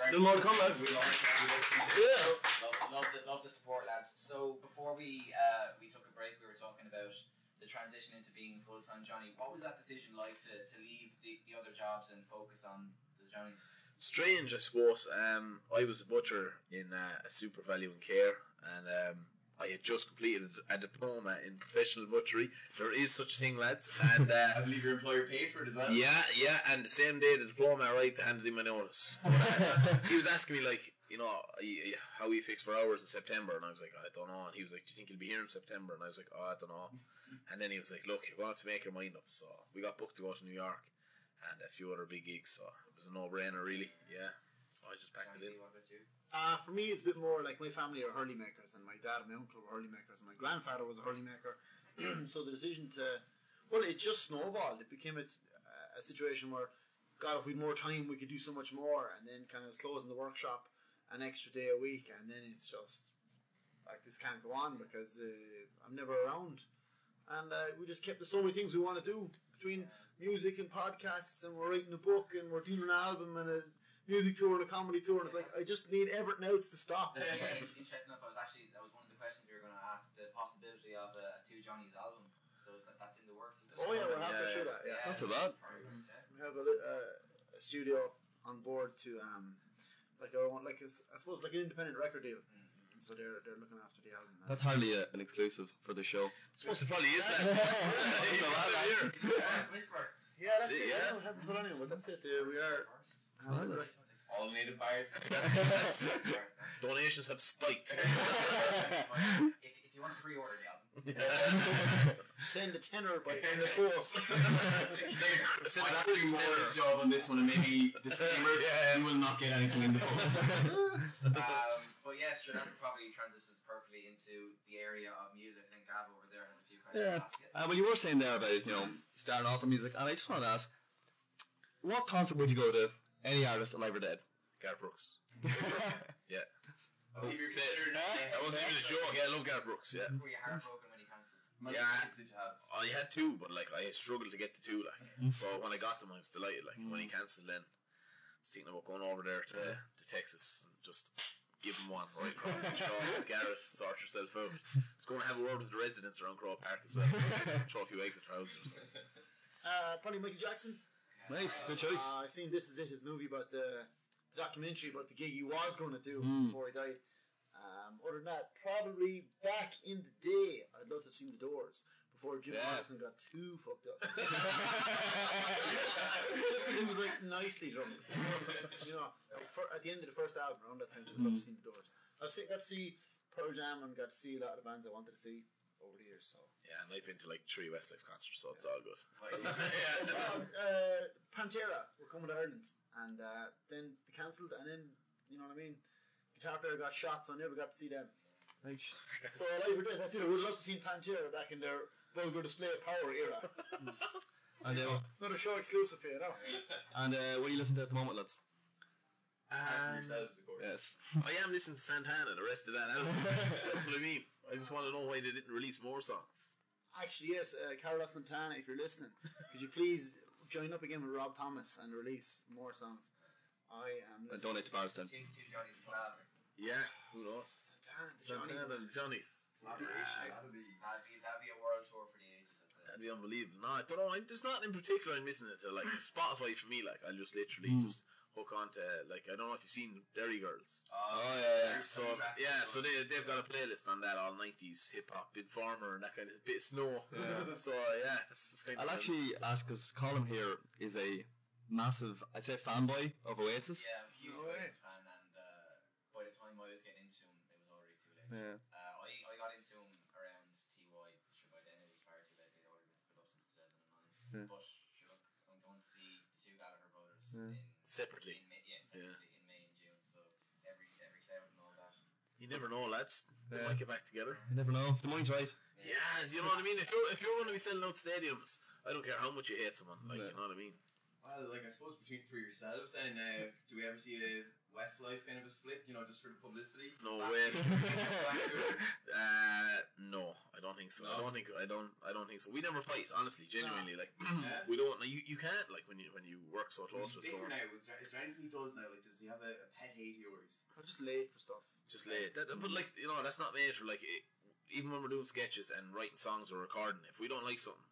[SPEAKER 6] Still more to come, lads.
[SPEAKER 5] We like- we like to see it.
[SPEAKER 1] Love, love, the, love the support, lads. So before we uh, we took a break, we were talking about the transition into being full time Johnny. What was that decision like to, to leave the, the other jobs and focus on the Johnny?
[SPEAKER 4] *laughs* strange, I suppose. Um, I was a butcher in uh, a super value and care, and um, I had just completed a diploma in professional butchery. There is such a thing, lads, and uh,
[SPEAKER 5] I believe your employer paid for it as well.
[SPEAKER 4] *laughs* yeah, yeah. And the same day the diploma arrived, I handed him my notice. he was asking me like, you know, I- I- how we fix for hours in September, and I was like, I don't know. And he was like, Do you think he'll be here in September? And I was like, Oh, I don't know. And then he was like, Look, you're gonna have to make your mind up. So we got booked to go to New York, and a few other big gigs. So it was a no-brainer, really. Yeah. So I just packed it in.
[SPEAKER 1] Johnny, what about you?
[SPEAKER 2] Uh, for me, it's a bit more like my family are hurley makers, and my dad and my uncle were hurley makers, and my grandfather was a hurley maker. *clears throat* so the decision to, well, it just snowballed. It became a, a situation where, God, if we had more time, we could do so much more, and then kind of closing the workshop an extra day a week, and then it's just like this can't go on because uh, I'm never around, and uh, we just kept there's so many things we want to do between music and podcasts, and we're writing a book, and we're doing an album, and a music tour and a comedy tour, and it's like I just need everything else to stop.
[SPEAKER 1] Yeah,
[SPEAKER 2] *laughs*
[SPEAKER 1] in- interesting enough, I was actually that was one of the questions we were going to ask the possibility of a, a two Johnnies album. So that, that's in the works. is it?
[SPEAKER 2] *laughs* oh yeah, we're
[SPEAKER 4] Yeah,
[SPEAKER 2] halfway
[SPEAKER 4] yeah.
[SPEAKER 2] through that. Yeah,
[SPEAKER 1] Yeah.
[SPEAKER 6] Not so bad.
[SPEAKER 1] Very much, yeah.
[SPEAKER 2] we have a, li- uh, a studio on board to um, like our own, like a s- I suppose like an independent record deal.
[SPEAKER 4] Mm-hmm.
[SPEAKER 2] And so they're they're looking after the album.
[SPEAKER 6] That's hardly a, an exclusive for the show.
[SPEAKER 4] I suppose it probably is
[SPEAKER 2] *laughs*
[SPEAKER 4] that.
[SPEAKER 6] That's a lot, lads.
[SPEAKER 1] Forest Whisper.
[SPEAKER 2] yeah, that's
[SPEAKER 4] See, yeah.
[SPEAKER 2] it. Yeah, we haven't put on it, but that's it. There we are.
[SPEAKER 6] mad,
[SPEAKER 2] Uh,
[SPEAKER 6] that's-
[SPEAKER 5] All native *laughs*
[SPEAKER 2] *laughs*
[SPEAKER 5] pirates.
[SPEAKER 4] That's-
[SPEAKER 6] *laughs*
[SPEAKER 4] that's-
[SPEAKER 1] Forest.
[SPEAKER 5] *laughs*
[SPEAKER 4] Donations have spiked.
[SPEAKER 1] if, if you want to pre-order the album,
[SPEAKER 2] Send a tenner
[SPEAKER 4] *laughs*
[SPEAKER 2] by the post.
[SPEAKER 4] Send
[SPEAKER 5] I
[SPEAKER 4] it
[SPEAKER 5] could do more of this job on this one, and maybe disclaimer:
[SPEAKER 6] *laughs*
[SPEAKER 5] you will not get anything in the post.
[SPEAKER 1] um, but yeah, sure, that probably transitions perfectly into the area of music. I think Gav over there has a few questions
[SPEAKER 6] Yeah.
[SPEAKER 1] to ask it.
[SPEAKER 6] Uh, well, you were saying there about you know starting off with music, and I just want to ask, what concert would you go to? Any artist, alive or *laughs* dead?
[SPEAKER 4] Garth Brooks.
[SPEAKER 5] I believe you're considered.
[SPEAKER 4] That wasn't even a joke. Yeah, I love Garth Brooks. Yeah.
[SPEAKER 1] Were you heartbroken when he cancelled?
[SPEAKER 5] Yeah.
[SPEAKER 4] Yeah.
[SPEAKER 5] Did you
[SPEAKER 4] *laughs*
[SPEAKER 2] *laughs*
[SPEAKER 5] have?
[SPEAKER 4] I had two, but like I struggled to get to two. Like, so when I got them, I was delighted. Like when he cancelled, then I was thinking about going over there to, to Texas and just give him one right across the shop. Garrett, sort yourself out. It's going to have a word with the residents around Crow Park as well. Throw a few eggs at trousers.
[SPEAKER 2] *laughs* Uh, probably Michael Jackson.
[SPEAKER 6] Nice, good choice.
[SPEAKER 2] Uh, I seen this is it, his movie about the, the documentary about the gig he was going to do
[SPEAKER 6] Mm.
[SPEAKER 2] before he died. Um, other than that, probably back in the day, I'd love to have seen the Doors before Jim
[SPEAKER 6] Yeah.
[SPEAKER 2] Morrison got too fucked up.
[SPEAKER 6] *laughs*
[SPEAKER 2] Just when he was like nicely drunk, you know. Like for, at the end of the first album, around that time, I'd love to
[SPEAKER 6] Mm.
[SPEAKER 2] see the Doors. I've seen, got to see Pearl Jam and got to see a lot of the bands I wanted to see over the years. So
[SPEAKER 4] Yeah, and I've been to like three Westlife concerts, so it's all good. *laughs*
[SPEAKER 2] *laughs* well, uh, Pantera were coming to Ireland, and uh, then they cancelled, and then you know what I mean. Guitar player got shot, so I never got to see them. So alive or dead, that's it. I would love to see Pantera back in their vulgar display of power era.
[SPEAKER 6] and uh,
[SPEAKER 2] Not a show exclusive here, no.
[SPEAKER 6] and uh, what are you listening to at the moment, lads?
[SPEAKER 5] Apart from yourselves, of course.
[SPEAKER 6] Yes.
[SPEAKER 4] I am listening to Santana. The rest of that album. *laughs* That's what I mean. I just want to know why they didn't release more songs.
[SPEAKER 2] Actually, yes, uh, Carlos Santana, if you're listening, could you please join up again with Rob Thomas and release more songs? I am.
[SPEAKER 6] I
[SPEAKER 2] listening
[SPEAKER 6] donate to Barstown.
[SPEAKER 1] Two, two Johnny's collab.
[SPEAKER 4] Yeah, who knows?
[SPEAKER 2] Santana, the Johnny's
[SPEAKER 4] Santana
[SPEAKER 2] man.
[SPEAKER 4] and Johnny's.
[SPEAKER 5] Collaboration.
[SPEAKER 1] That'd be that'd be a world tour for the ages. That's it.
[SPEAKER 4] That'd be unbelievable. No, I don't know. I'm, there's nothing in particular I'm missing. It like Spotify for me. Like I'll just literally
[SPEAKER 6] Mm.
[SPEAKER 4] just hook on to like I don't know if you've seen Derry Girls.
[SPEAKER 6] Oh, yeah, yeah.
[SPEAKER 1] there's
[SPEAKER 4] So
[SPEAKER 1] some track
[SPEAKER 4] yeah,
[SPEAKER 1] on
[SPEAKER 4] so
[SPEAKER 1] it.
[SPEAKER 4] they they've got a playlist on that all '90s hip hop, Informer, and that kind of bit of snow. *laughs*
[SPEAKER 6] Yeah.
[SPEAKER 4] so yeah, that's, that's kind
[SPEAKER 6] I'll
[SPEAKER 4] of.
[SPEAKER 6] actually ask because Colin here is a massive, I'd say, fanboy of Oasis.
[SPEAKER 1] Yeah, I'm a huge
[SPEAKER 2] No way.
[SPEAKER 1] Oasis fan, and uh, by the time I was getting into him, it was already too late.
[SPEAKER 6] Yeah.
[SPEAKER 1] Uh, I, I got into him around TY, sure by then it was far too late. They'd already been split up since 2009.
[SPEAKER 6] Yeah.
[SPEAKER 1] But sure, look, I'm going to see the two Gallagher brothers
[SPEAKER 6] Yeah.
[SPEAKER 1] in
[SPEAKER 4] Separately.
[SPEAKER 1] In May, yeah, separately in May and June. So every every cloud and all that.
[SPEAKER 4] You never know, lads. They
[SPEAKER 6] Yeah.
[SPEAKER 4] might get back together.
[SPEAKER 6] You never know. If the money's
[SPEAKER 4] *laughs*
[SPEAKER 6] right.
[SPEAKER 4] Yeah, you know what I mean. If you're if you're going to be selling out stadiums, I don't care how much you hate someone. Like
[SPEAKER 6] Yeah.
[SPEAKER 4] you know what I mean.
[SPEAKER 5] Well, Uh, like I suppose between for yourselves, then uh, do we ever see a Westlife kind of a split? You know, just for the
[SPEAKER 4] *laughs*
[SPEAKER 5] publicity.
[SPEAKER 4] No
[SPEAKER 5] Back-
[SPEAKER 4] way.
[SPEAKER 6] *laughs*
[SPEAKER 5] back to
[SPEAKER 4] *laughs*
[SPEAKER 5] it.
[SPEAKER 4] Uh, no, I don't think so. I
[SPEAKER 5] No?
[SPEAKER 4] don't think I don't I don't think so. We never fight, honestly, genuinely. Like
[SPEAKER 5] Yeah.
[SPEAKER 4] we don't. You, you can't like when you when you work so close with
[SPEAKER 5] Bigger
[SPEAKER 4] someone.
[SPEAKER 5] now, is there, is there anything he does now? Like, does he have a, a pet hate of yours?
[SPEAKER 2] I'm just late for stuff.
[SPEAKER 4] Just lay it. That, but like you know, that's not major. Like it, even when we're doing sketches and writing songs or recording, if we don't like something,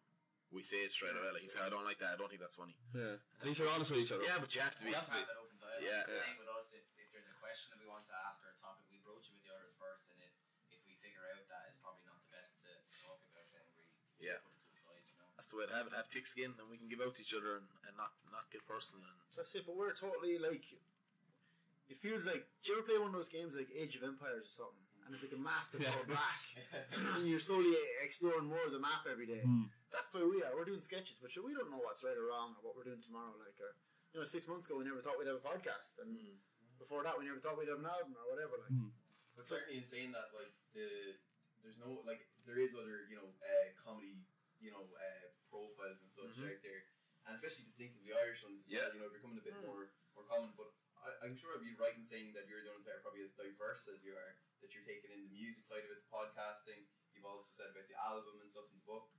[SPEAKER 4] we say it straight away. Like he said, I don't like that. I don't think that's funny.
[SPEAKER 6] Yeah. At least they're honest with each other.
[SPEAKER 4] Yeah, but you have to
[SPEAKER 1] We
[SPEAKER 4] be.
[SPEAKER 1] have to have that open dialogue.
[SPEAKER 4] Yeah.
[SPEAKER 1] The Same with us. If, if there's a question that we want to ask or a topic, we broach it with the others first, and if, if we figure out that it's probably not the best to talk about, then we we
[SPEAKER 4] Yeah.
[SPEAKER 1] put it to the side. You know.
[SPEAKER 4] That's the way to have it. Have thick skin, and we can give out to each other and, and not not get personal. And
[SPEAKER 2] That's it, but we're totally like. It feels like. Do you ever play one of those games like Age of Empires or something? And it's like a map that's all black.
[SPEAKER 4] *laughs*
[SPEAKER 2] and you're slowly exploring more of the map every day.
[SPEAKER 6] Hmm.
[SPEAKER 2] That's the way we are. We're doing sketches, but sure, we don't know what's right or wrong or what we're doing tomorrow. Like, or, you know, six months ago, we never thought we'd have a podcast. And
[SPEAKER 4] Mm.
[SPEAKER 2] before that, we never thought we'd have an album or whatever. Like,
[SPEAKER 5] But certainly in saying that, like the there's no like there is other you know uh, comedy you know uh, profiles and such
[SPEAKER 4] Mhm.
[SPEAKER 5] out there, and especially distinctively Irish ones. Yeah, you know they're becoming a bit
[SPEAKER 2] Mm.
[SPEAKER 5] more more common. But I, I'm sure I'd be right in saying that you're the ones that are probably as diverse as you are. That you're taking in the music side of it, the podcasting. You've also said about the album and stuff in the book.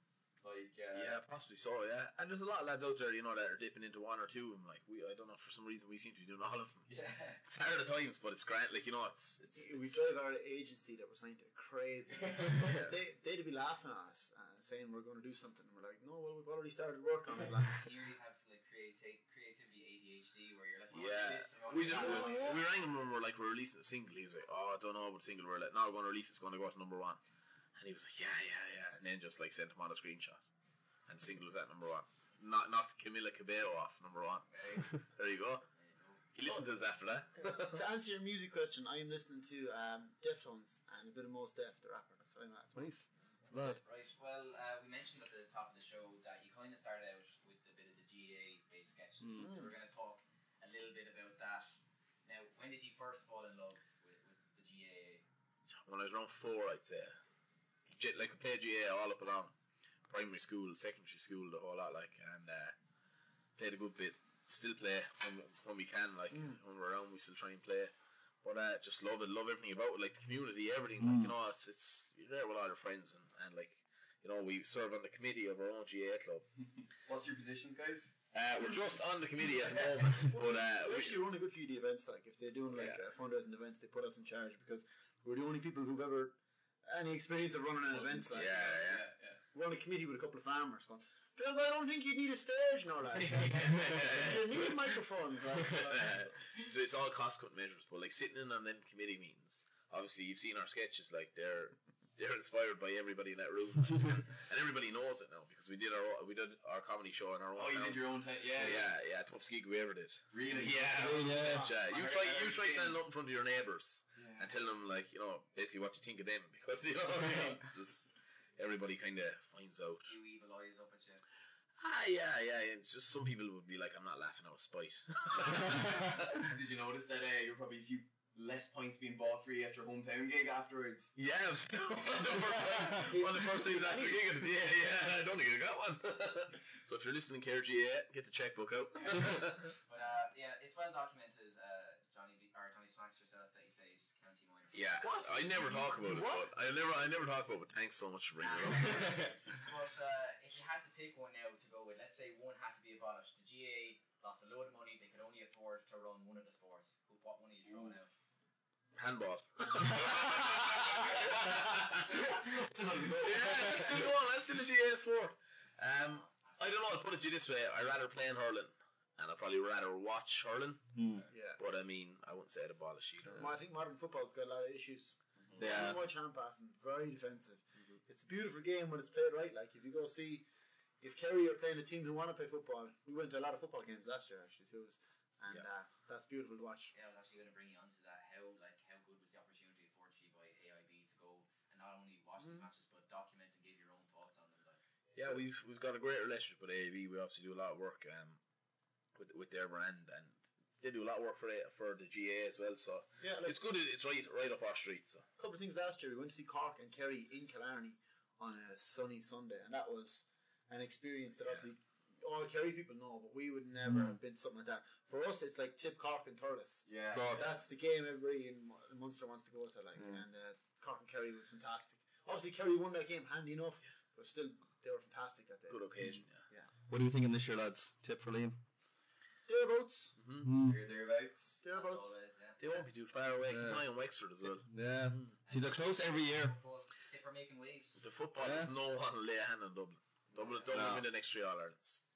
[SPEAKER 5] Like
[SPEAKER 4] yeah,
[SPEAKER 5] uh,
[SPEAKER 4] possibly so. Yeah, and there's a lot of lads out there, you know, that are dipping into one or two. And like we, I don't know, for some reason, we seem to be doing all of them.
[SPEAKER 5] *laughs*
[SPEAKER 4] *laughs*
[SPEAKER 5] yeah.
[SPEAKER 4] It's hard at times, but it's great. Like you know, it's it's.
[SPEAKER 2] we
[SPEAKER 4] it's-
[SPEAKER 2] drive our agency that we're signed to
[SPEAKER 5] *laughs*
[SPEAKER 2] crazy. Because they, they'd be laughing at us uh, saying we're going to do something. And we're like, no, well, we've already started work on it. Like,
[SPEAKER 1] you really have like creati- creativity ADHD where you're like, oh,
[SPEAKER 4] Yeah.
[SPEAKER 1] this, I wanna
[SPEAKER 4] We
[SPEAKER 1] do
[SPEAKER 4] just
[SPEAKER 1] that.
[SPEAKER 2] Oh, yeah.
[SPEAKER 4] we rang him when we were like we're releasing a single. He was like, "Oh, I don't know what single we're like. No, we're going to release. It's going to go to number one." And he was like, "Yeah, yeah, yeah." And then just like sent him on a screenshot, and the single was at number one. Not not Camila Cabello off number one. So, there you go. He listened to us after that.
[SPEAKER 2] to answer your music question, I am listening to um, Deftones and a bit of Mos Def, the rapper. That's what I'm at.
[SPEAKER 6] Nice. Right.
[SPEAKER 1] Right. Well, uh, we mentioned at the top of the show that you kind of started out with a bit of the GA based sketches. So
[SPEAKER 6] Mm.
[SPEAKER 1] we're going to talk a little bit about that. Now, when did you first fall in love with, with the GAA?
[SPEAKER 4] When I was around four, I'd say. Legit, like, I played GA all up along. Primary school, secondary school, the whole lot, like, and uh, played a good bit. Still play when, when we can, like, when we're around, we still try and play. But uh, just love it, love everything about it, like, the community, everything. Like, you know, it's, it's, you're there with all your friends, and, and, like, you know, we serve on the committee of our own GA club.
[SPEAKER 5] What's your positions, guys?
[SPEAKER 4] Uh, we're just on the committee at the moment, but uh,
[SPEAKER 2] We *laughs*
[SPEAKER 4] we
[SPEAKER 2] actually run a good few of the events. Like if they're doing like
[SPEAKER 4] Yeah.
[SPEAKER 2] uh, fundraising events, they put us in charge because we're the only people who've ever any experience of running an event. Like
[SPEAKER 4] Yeah,
[SPEAKER 2] so
[SPEAKER 4] yeah.
[SPEAKER 2] we're on a committee with a couple of farmers. Going, "Girls, I don't think you'd need a stage
[SPEAKER 4] *laughs*
[SPEAKER 2] nor that. you need microphones. Like,
[SPEAKER 4] *laughs*
[SPEAKER 2] *laughs* like,
[SPEAKER 4] so it's all cost cut measures, but like sitting in on them committee meetings, obviously you've seen our sketches, like they're they're inspired by everybody in that room, like, and, and everybody knows it now because we did our own- we did our comedy show in our own.
[SPEAKER 5] Oh, you
[SPEAKER 4] town.
[SPEAKER 5] did your own type. Yeah,
[SPEAKER 4] yeah,
[SPEAKER 5] yeah.
[SPEAKER 4] yeah, Tough gig we ever did.
[SPEAKER 5] Really?
[SPEAKER 6] Yeah, yeah.
[SPEAKER 4] Yeah, you
[SPEAKER 5] I
[SPEAKER 4] try
[SPEAKER 5] heard
[SPEAKER 4] you try
[SPEAKER 5] everything.
[SPEAKER 4] standing up in front of your neighbours
[SPEAKER 5] Yeah.
[SPEAKER 4] and tell them like you know basically what you think of them *laughs* because you know what I
[SPEAKER 5] *laughs*
[SPEAKER 4] mean? just everybody kind of finds out.
[SPEAKER 1] You evil eyes up at you.
[SPEAKER 4] Ah, yeah, yeah. yeah. It's just some people would be like, I'm not laughing out of spite.
[SPEAKER 5] *laughs* Did you notice that uh, you're probably a few less points being bought for you at your hometown gig
[SPEAKER 4] *laughs*
[SPEAKER 5] afterwards? *laughs*
[SPEAKER 4] Yeah, it was one of the first, one of the first things after gigging. Yeah, yeah, I don't think I got one. *laughs* so if you're listening, Care GA, get the checkbook out.
[SPEAKER 1] But uh, yeah, it's well documented, uh, Johnny B- or Johnny Smacks yourself, that you played county
[SPEAKER 6] *laughs*
[SPEAKER 1] minor.
[SPEAKER 4] yeah,
[SPEAKER 2] What?
[SPEAKER 4] I never talk about it.
[SPEAKER 2] What?
[SPEAKER 4] But I never, I never talk about. it, But thanks so much for bringing
[SPEAKER 2] *laughs*
[SPEAKER 4] it up.
[SPEAKER 1] But uh, if you had to pick one now to go with, let's say one had to be abolished. The GAA lost a load of money; they could only afford to run one of the sports. Who- What one are you throwing out?
[SPEAKER 2] *laughs*
[SPEAKER 4] Handball. yeah, that's still one. That's still a GA sport. Um, I don't know. I'll put it to you this way: I'd rather play in hurling, and I'd probably rather watch hurling.
[SPEAKER 2] yeah.
[SPEAKER 4] But I mean, I wouldn't say I'd abolish either.
[SPEAKER 2] Well, I think modern football's got a lot of issues.
[SPEAKER 4] Yeah.
[SPEAKER 2] Too much hand passing, very defensive. It's a beautiful game when it's played right. Like if you go see, if Kerry are playing a team who want to play football, we went to a lot of football games last year actually too, and
[SPEAKER 4] Yeah.
[SPEAKER 2] uh, that's beautiful to watch.
[SPEAKER 1] Yeah, I was actually going to bring you on to that. How like how good was the opportunity afforded to you by AIB to go and not only watch these matches but document and give your own thoughts on them? Like,
[SPEAKER 4] Yeah, we've we've got a great relationship with AAV. We obviously do a lot of work um, with with their brand, and they do a lot of work for the, for the GA as well. So
[SPEAKER 2] Yeah, like
[SPEAKER 4] it's good. it- It's right right up our street. So
[SPEAKER 2] a couple of things last year. We went to see Cork and Kerry in Killarney on a sunny Sunday, and that was an experience that obviously all Kerry people know, but we would never
[SPEAKER 4] Mm.
[SPEAKER 2] have been something like that. For us, it's like Tip Cork and Turles.
[SPEAKER 5] Yeah.
[SPEAKER 6] God.
[SPEAKER 2] That's the game everybody in Mu- in Munster wants to go to, like,
[SPEAKER 4] Mm.
[SPEAKER 2] and uh, Cork and Kerry was fantastic. Obviously, Kerry won that game handy enough, but still, they were fantastic that day.
[SPEAKER 4] good occasion. Yeah.
[SPEAKER 6] *laughs* What are you thinking this year, lads? Tip for Liam? Hmm.
[SPEAKER 2] Thereabouts,
[SPEAKER 6] Mm-hmm.
[SPEAKER 4] Hmm.
[SPEAKER 5] There, thereabouts.
[SPEAKER 1] as
[SPEAKER 2] thereabouts.
[SPEAKER 1] always, yeah.
[SPEAKER 4] They won't be too far away. Keep an
[SPEAKER 6] Yeah.
[SPEAKER 4] eye on Wexford as well.
[SPEAKER 6] Yeah. Hmm. See, they're close every year.
[SPEAKER 1] Football, tip for making waves.
[SPEAKER 4] The football, there's no one will lay a hand on Dublin. Dublin, Dublin
[SPEAKER 6] No.
[SPEAKER 4] win the next three All Irelands.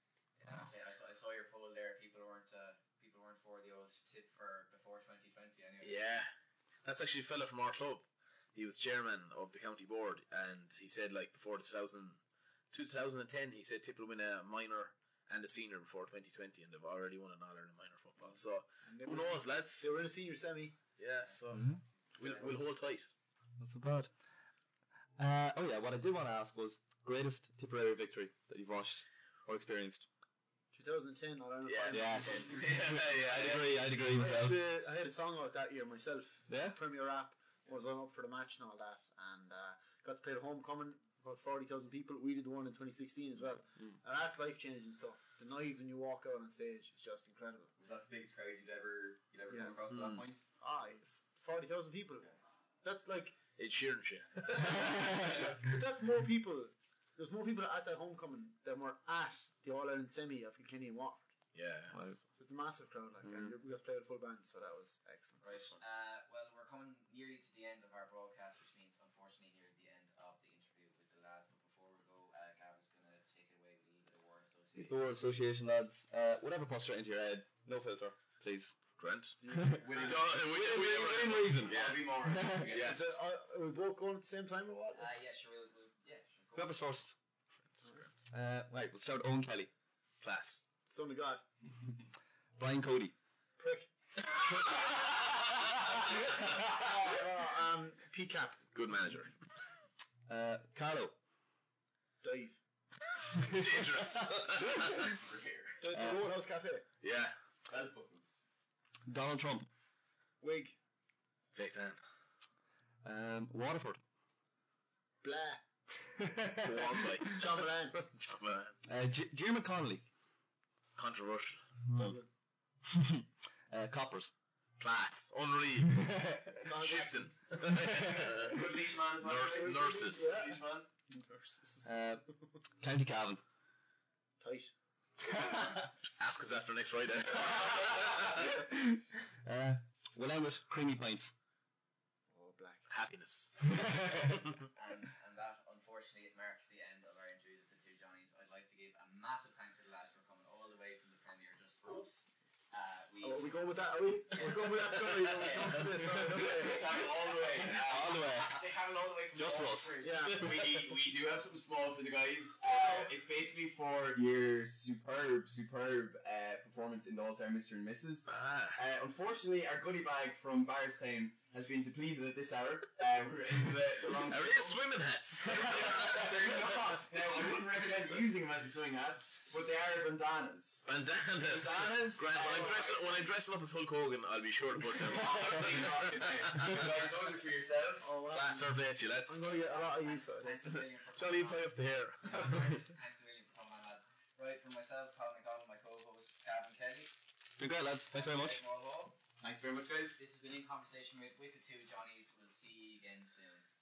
[SPEAKER 1] Yeah, I, say- I saw, I saw your poll there. People weren't uh, people weren't for the old tip for before 2020 anyway.
[SPEAKER 4] Yeah, that's actually a fella from our club. He was chairman of the county board, and he said like before the 2000, 2010, he said Tip will win a minor and a senior before twenty twenty, and they've already won an All Ireland minor football. So
[SPEAKER 2] And they
[SPEAKER 4] who
[SPEAKER 2] were-
[SPEAKER 4] knows, lads?
[SPEAKER 2] They were in a senior semi.
[SPEAKER 4] Yeah, so
[SPEAKER 6] Mm-hmm.
[SPEAKER 4] we'll, we'll hold tight.
[SPEAKER 6] Not so bad. Uh, oh yeah, what I did want to ask was greatest Tipperary victory that you've watched or experienced.
[SPEAKER 2] 2010, I don't know.
[SPEAKER 4] Yeah,
[SPEAKER 6] Yes.
[SPEAKER 4] yeah, *laughs* yeah,
[SPEAKER 6] I'd
[SPEAKER 4] yeah.
[SPEAKER 6] agree. I'd
[SPEAKER 2] *laughs* I
[SPEAKER 6] agree
[SPEAKER 2] had,
[SPEAKER 6] myself.
[SPEAKER 2] the, I had a song out that year myself.
[SPEAKER 6] Yeah?
[SPEAKER 2] Premier Rap was on up for the match and all that, and uh, got to play the homecoming. About forty thousand people. We did the one in twenty sixteen as well,
[SPEAKER 4] Mm.
[SPEAKER 2] and that's life changing stuff. The noise when you walk out on stage is just incredible.
[SPEAKER 5] Was that the biggest crowd you'd ever you'd ever
[SPEAKER 2] Yeah.
[SPEAKER 5] come across at that point?
[SPEAKER 2] Ah, forty thousand people. That's like,
[SPEAKER 4] It's Sheeran shit.
[SPEAKER 2] but that's more people. There's more people at that homecoming than were at the All Ireland semi of Kilkenny and Watford.
[SPEAKER 4] *laughs* Yeah.
[SPEAKER 6] Wow.
[SPEAKER 2] So it's a massive crowd, like, and we got to play with full band, so that was excellent.
[SPEAKER 1] Right. Uh, well, we're coming nearly to the end of our broadcast, which means, unfortunately, near the end of the interview with the lads. But before we go, uh, Gavin's going to take it away with a little bit of word association.
[SPEAKER 6] Your association lads, uh, whatever pops straight into your head, no filter,
[SPEAKER 4] *laughs*
[SPEAKER 6] please.
[SPEAKER 4] Grant.
[SPEAKER 2] *laughs*
[SPEAKER 5] Willie
[SPEAKER 4] No, we, we, we, we, reason. Yeah.
[SPEAKER 5] Bobby Moore.
[SPEAKER 4] Yeah.
[SPEAKER 2] So, uh, are we both going at the same time or what?
[SPEAKER 1] Uh, yeah, sure. We'll, we'll, yeah, sure. Go.
[SPEAKER 6] Whoever's first. Uh, right, we'll start with Owen Kelly, *laughs*
[SPEAKER 4] Class.
[SPEAKER 2] Son of God,
[SPEAKER 6] Brian Cody,
[SPEAKER 2] prick. Uh, um, P cap. Uh, um,
[SPEAKER 4] Good manager.
[SPEAKER 6] uh, Carlo,
[SPEAKER 2] dive.
[SPEAKER 4] Dangerous. *laughs*
[SPEAKER 2] The, the Roadhouse Cafe.
[SPEAKER 4] yeah.
[SPEAKER 5] Belt
[SPEAKER 4] *laughs*
[SPEAKER 5] buckles.
[SPEAKER 6] *laughs* Donald Trump.
[SPEAKER 2] Wig.
[SPEAKER 4] Fake tan.
[SPEAKER 6] Um, Waterford.
[SPEAKER 2] Blah.
[SPEAKER 4] Wombat.
[SPEAKER 2] John Moran.
[SPEAKER 4] *laughs* Man.
[SPEAKER 6] *laughs* uh, J- Jim Connolly.
[SPEAKER 4] Controversial.
[SPEAKER 2] Dublin.
[SPEAKER 6] *laughs* Uh, Coppers. *laughs*
[SPEAKER 4] Class. Unreal.
[SPEAKER 2] Conrad.
[SPEAKER 4] Shifting.
[SPEAKER 5] Good leash man as well.
[SPEAKER 4] Nurse-
[SPEAKER 5] right?
[SPEAKER 4] nurses.
[SPEAKER 5] Good Leash
[SPEAKER 4] *laughs*
[SPEAKER 5] man.
[SPEAKER 2] Versus.
[SPEAKER 6] Uh, County Cavan.
[SPEAKER 2] *laughs* Tight.
[SPEAKER 4] Ask us after next Friday. *laughs*
[SPEAKER 6] uh, Willamette Creamy Pints.
[SPEAKER 2] Oh, black.
[SPEAKER 4] Happiness.
[SPEAKER 1] And, and that, unfortunately, it marks the end of our interview with the two Johnnies. I'd like to give a massive thanks to the lads for coming all the way from the Premier just for us. Uh, we
[SPEAKER 2] Oh, are we going with that? Are we? We're going with that story. We're going with this. All right,
[SPEAKER 5] They
[SPEAKER 2] okay.
[SPEAKER 5] travel all the way.
[SPEAKER 4] All the way.
[SPEAKER 1] They travel all the way from
[SPEAKER 4] Just for us.
[SPEAKER 1] Waterford.
[SPEAKER 2] Yeah.
[SPEAKER 5] we, we do have something small for the guys. Uh, it's basically for your superb, superb uh, performance in the All-Star Mr. and Mrs.
[SPEAKER 4] Ah.
[SPEAKER 5] Uh, unfortunately, our goodie bag from Barstown has been depleted at this hour. Uh, we're into the, the long *laughs*
[SPEAKER 4] Are these swimming hats?
[SPEAKER 5] They're not. Now, I wouldn't recommend using them as a swimming hat, but they are bandanas.
[SPEAKER 4] Bandanas.
[SPEAKER 5] Bandanas.
[SPEAKER 4] Grant, when I'm
[SPEAKER 5] uh, *laughs*
[SPEAKER 4] dressing when I'm dressing up as Hulk Hogan, I'll be sure to put them on.
[SPEAKER 5] Guys, those are for yourselves.
[SPEAKER 2] Oh, wow.
[SPEAKER 4] That's our plate, you
[SPEAKER 2] I'm
[SPEAKER 4] lads.
[SPEAKER 2] going to get a
[SPEAKER 5] Oh,
[SPEAKER 2] lot of
[SPEAKER 1] Thanks,
[SPEAKER 2] use out of
[SPEAKER 1] thanks a
[SPEAKER 2] this.
[SPEAKER 1] million for coming
[SPEAKER 4] Johnny,
[SPEAKER 1] on.
[SPEAKER 4] tie up the hair.
[SPEAKER 1] Thanks a million for coming on, lads. Right, from myself, Colin McDonald, my co-host, Gavin Kelly.
[SPEAKER 6] Doing great, lads. Thanks very much.
[SPEAKER 1] Dave Morhall.
[SPEAKER 5] *laughs* Thanks very much, guys.
[SPEAKER 1] This has been In Conversation with, with the Two Johnnies. We'll see you again soon.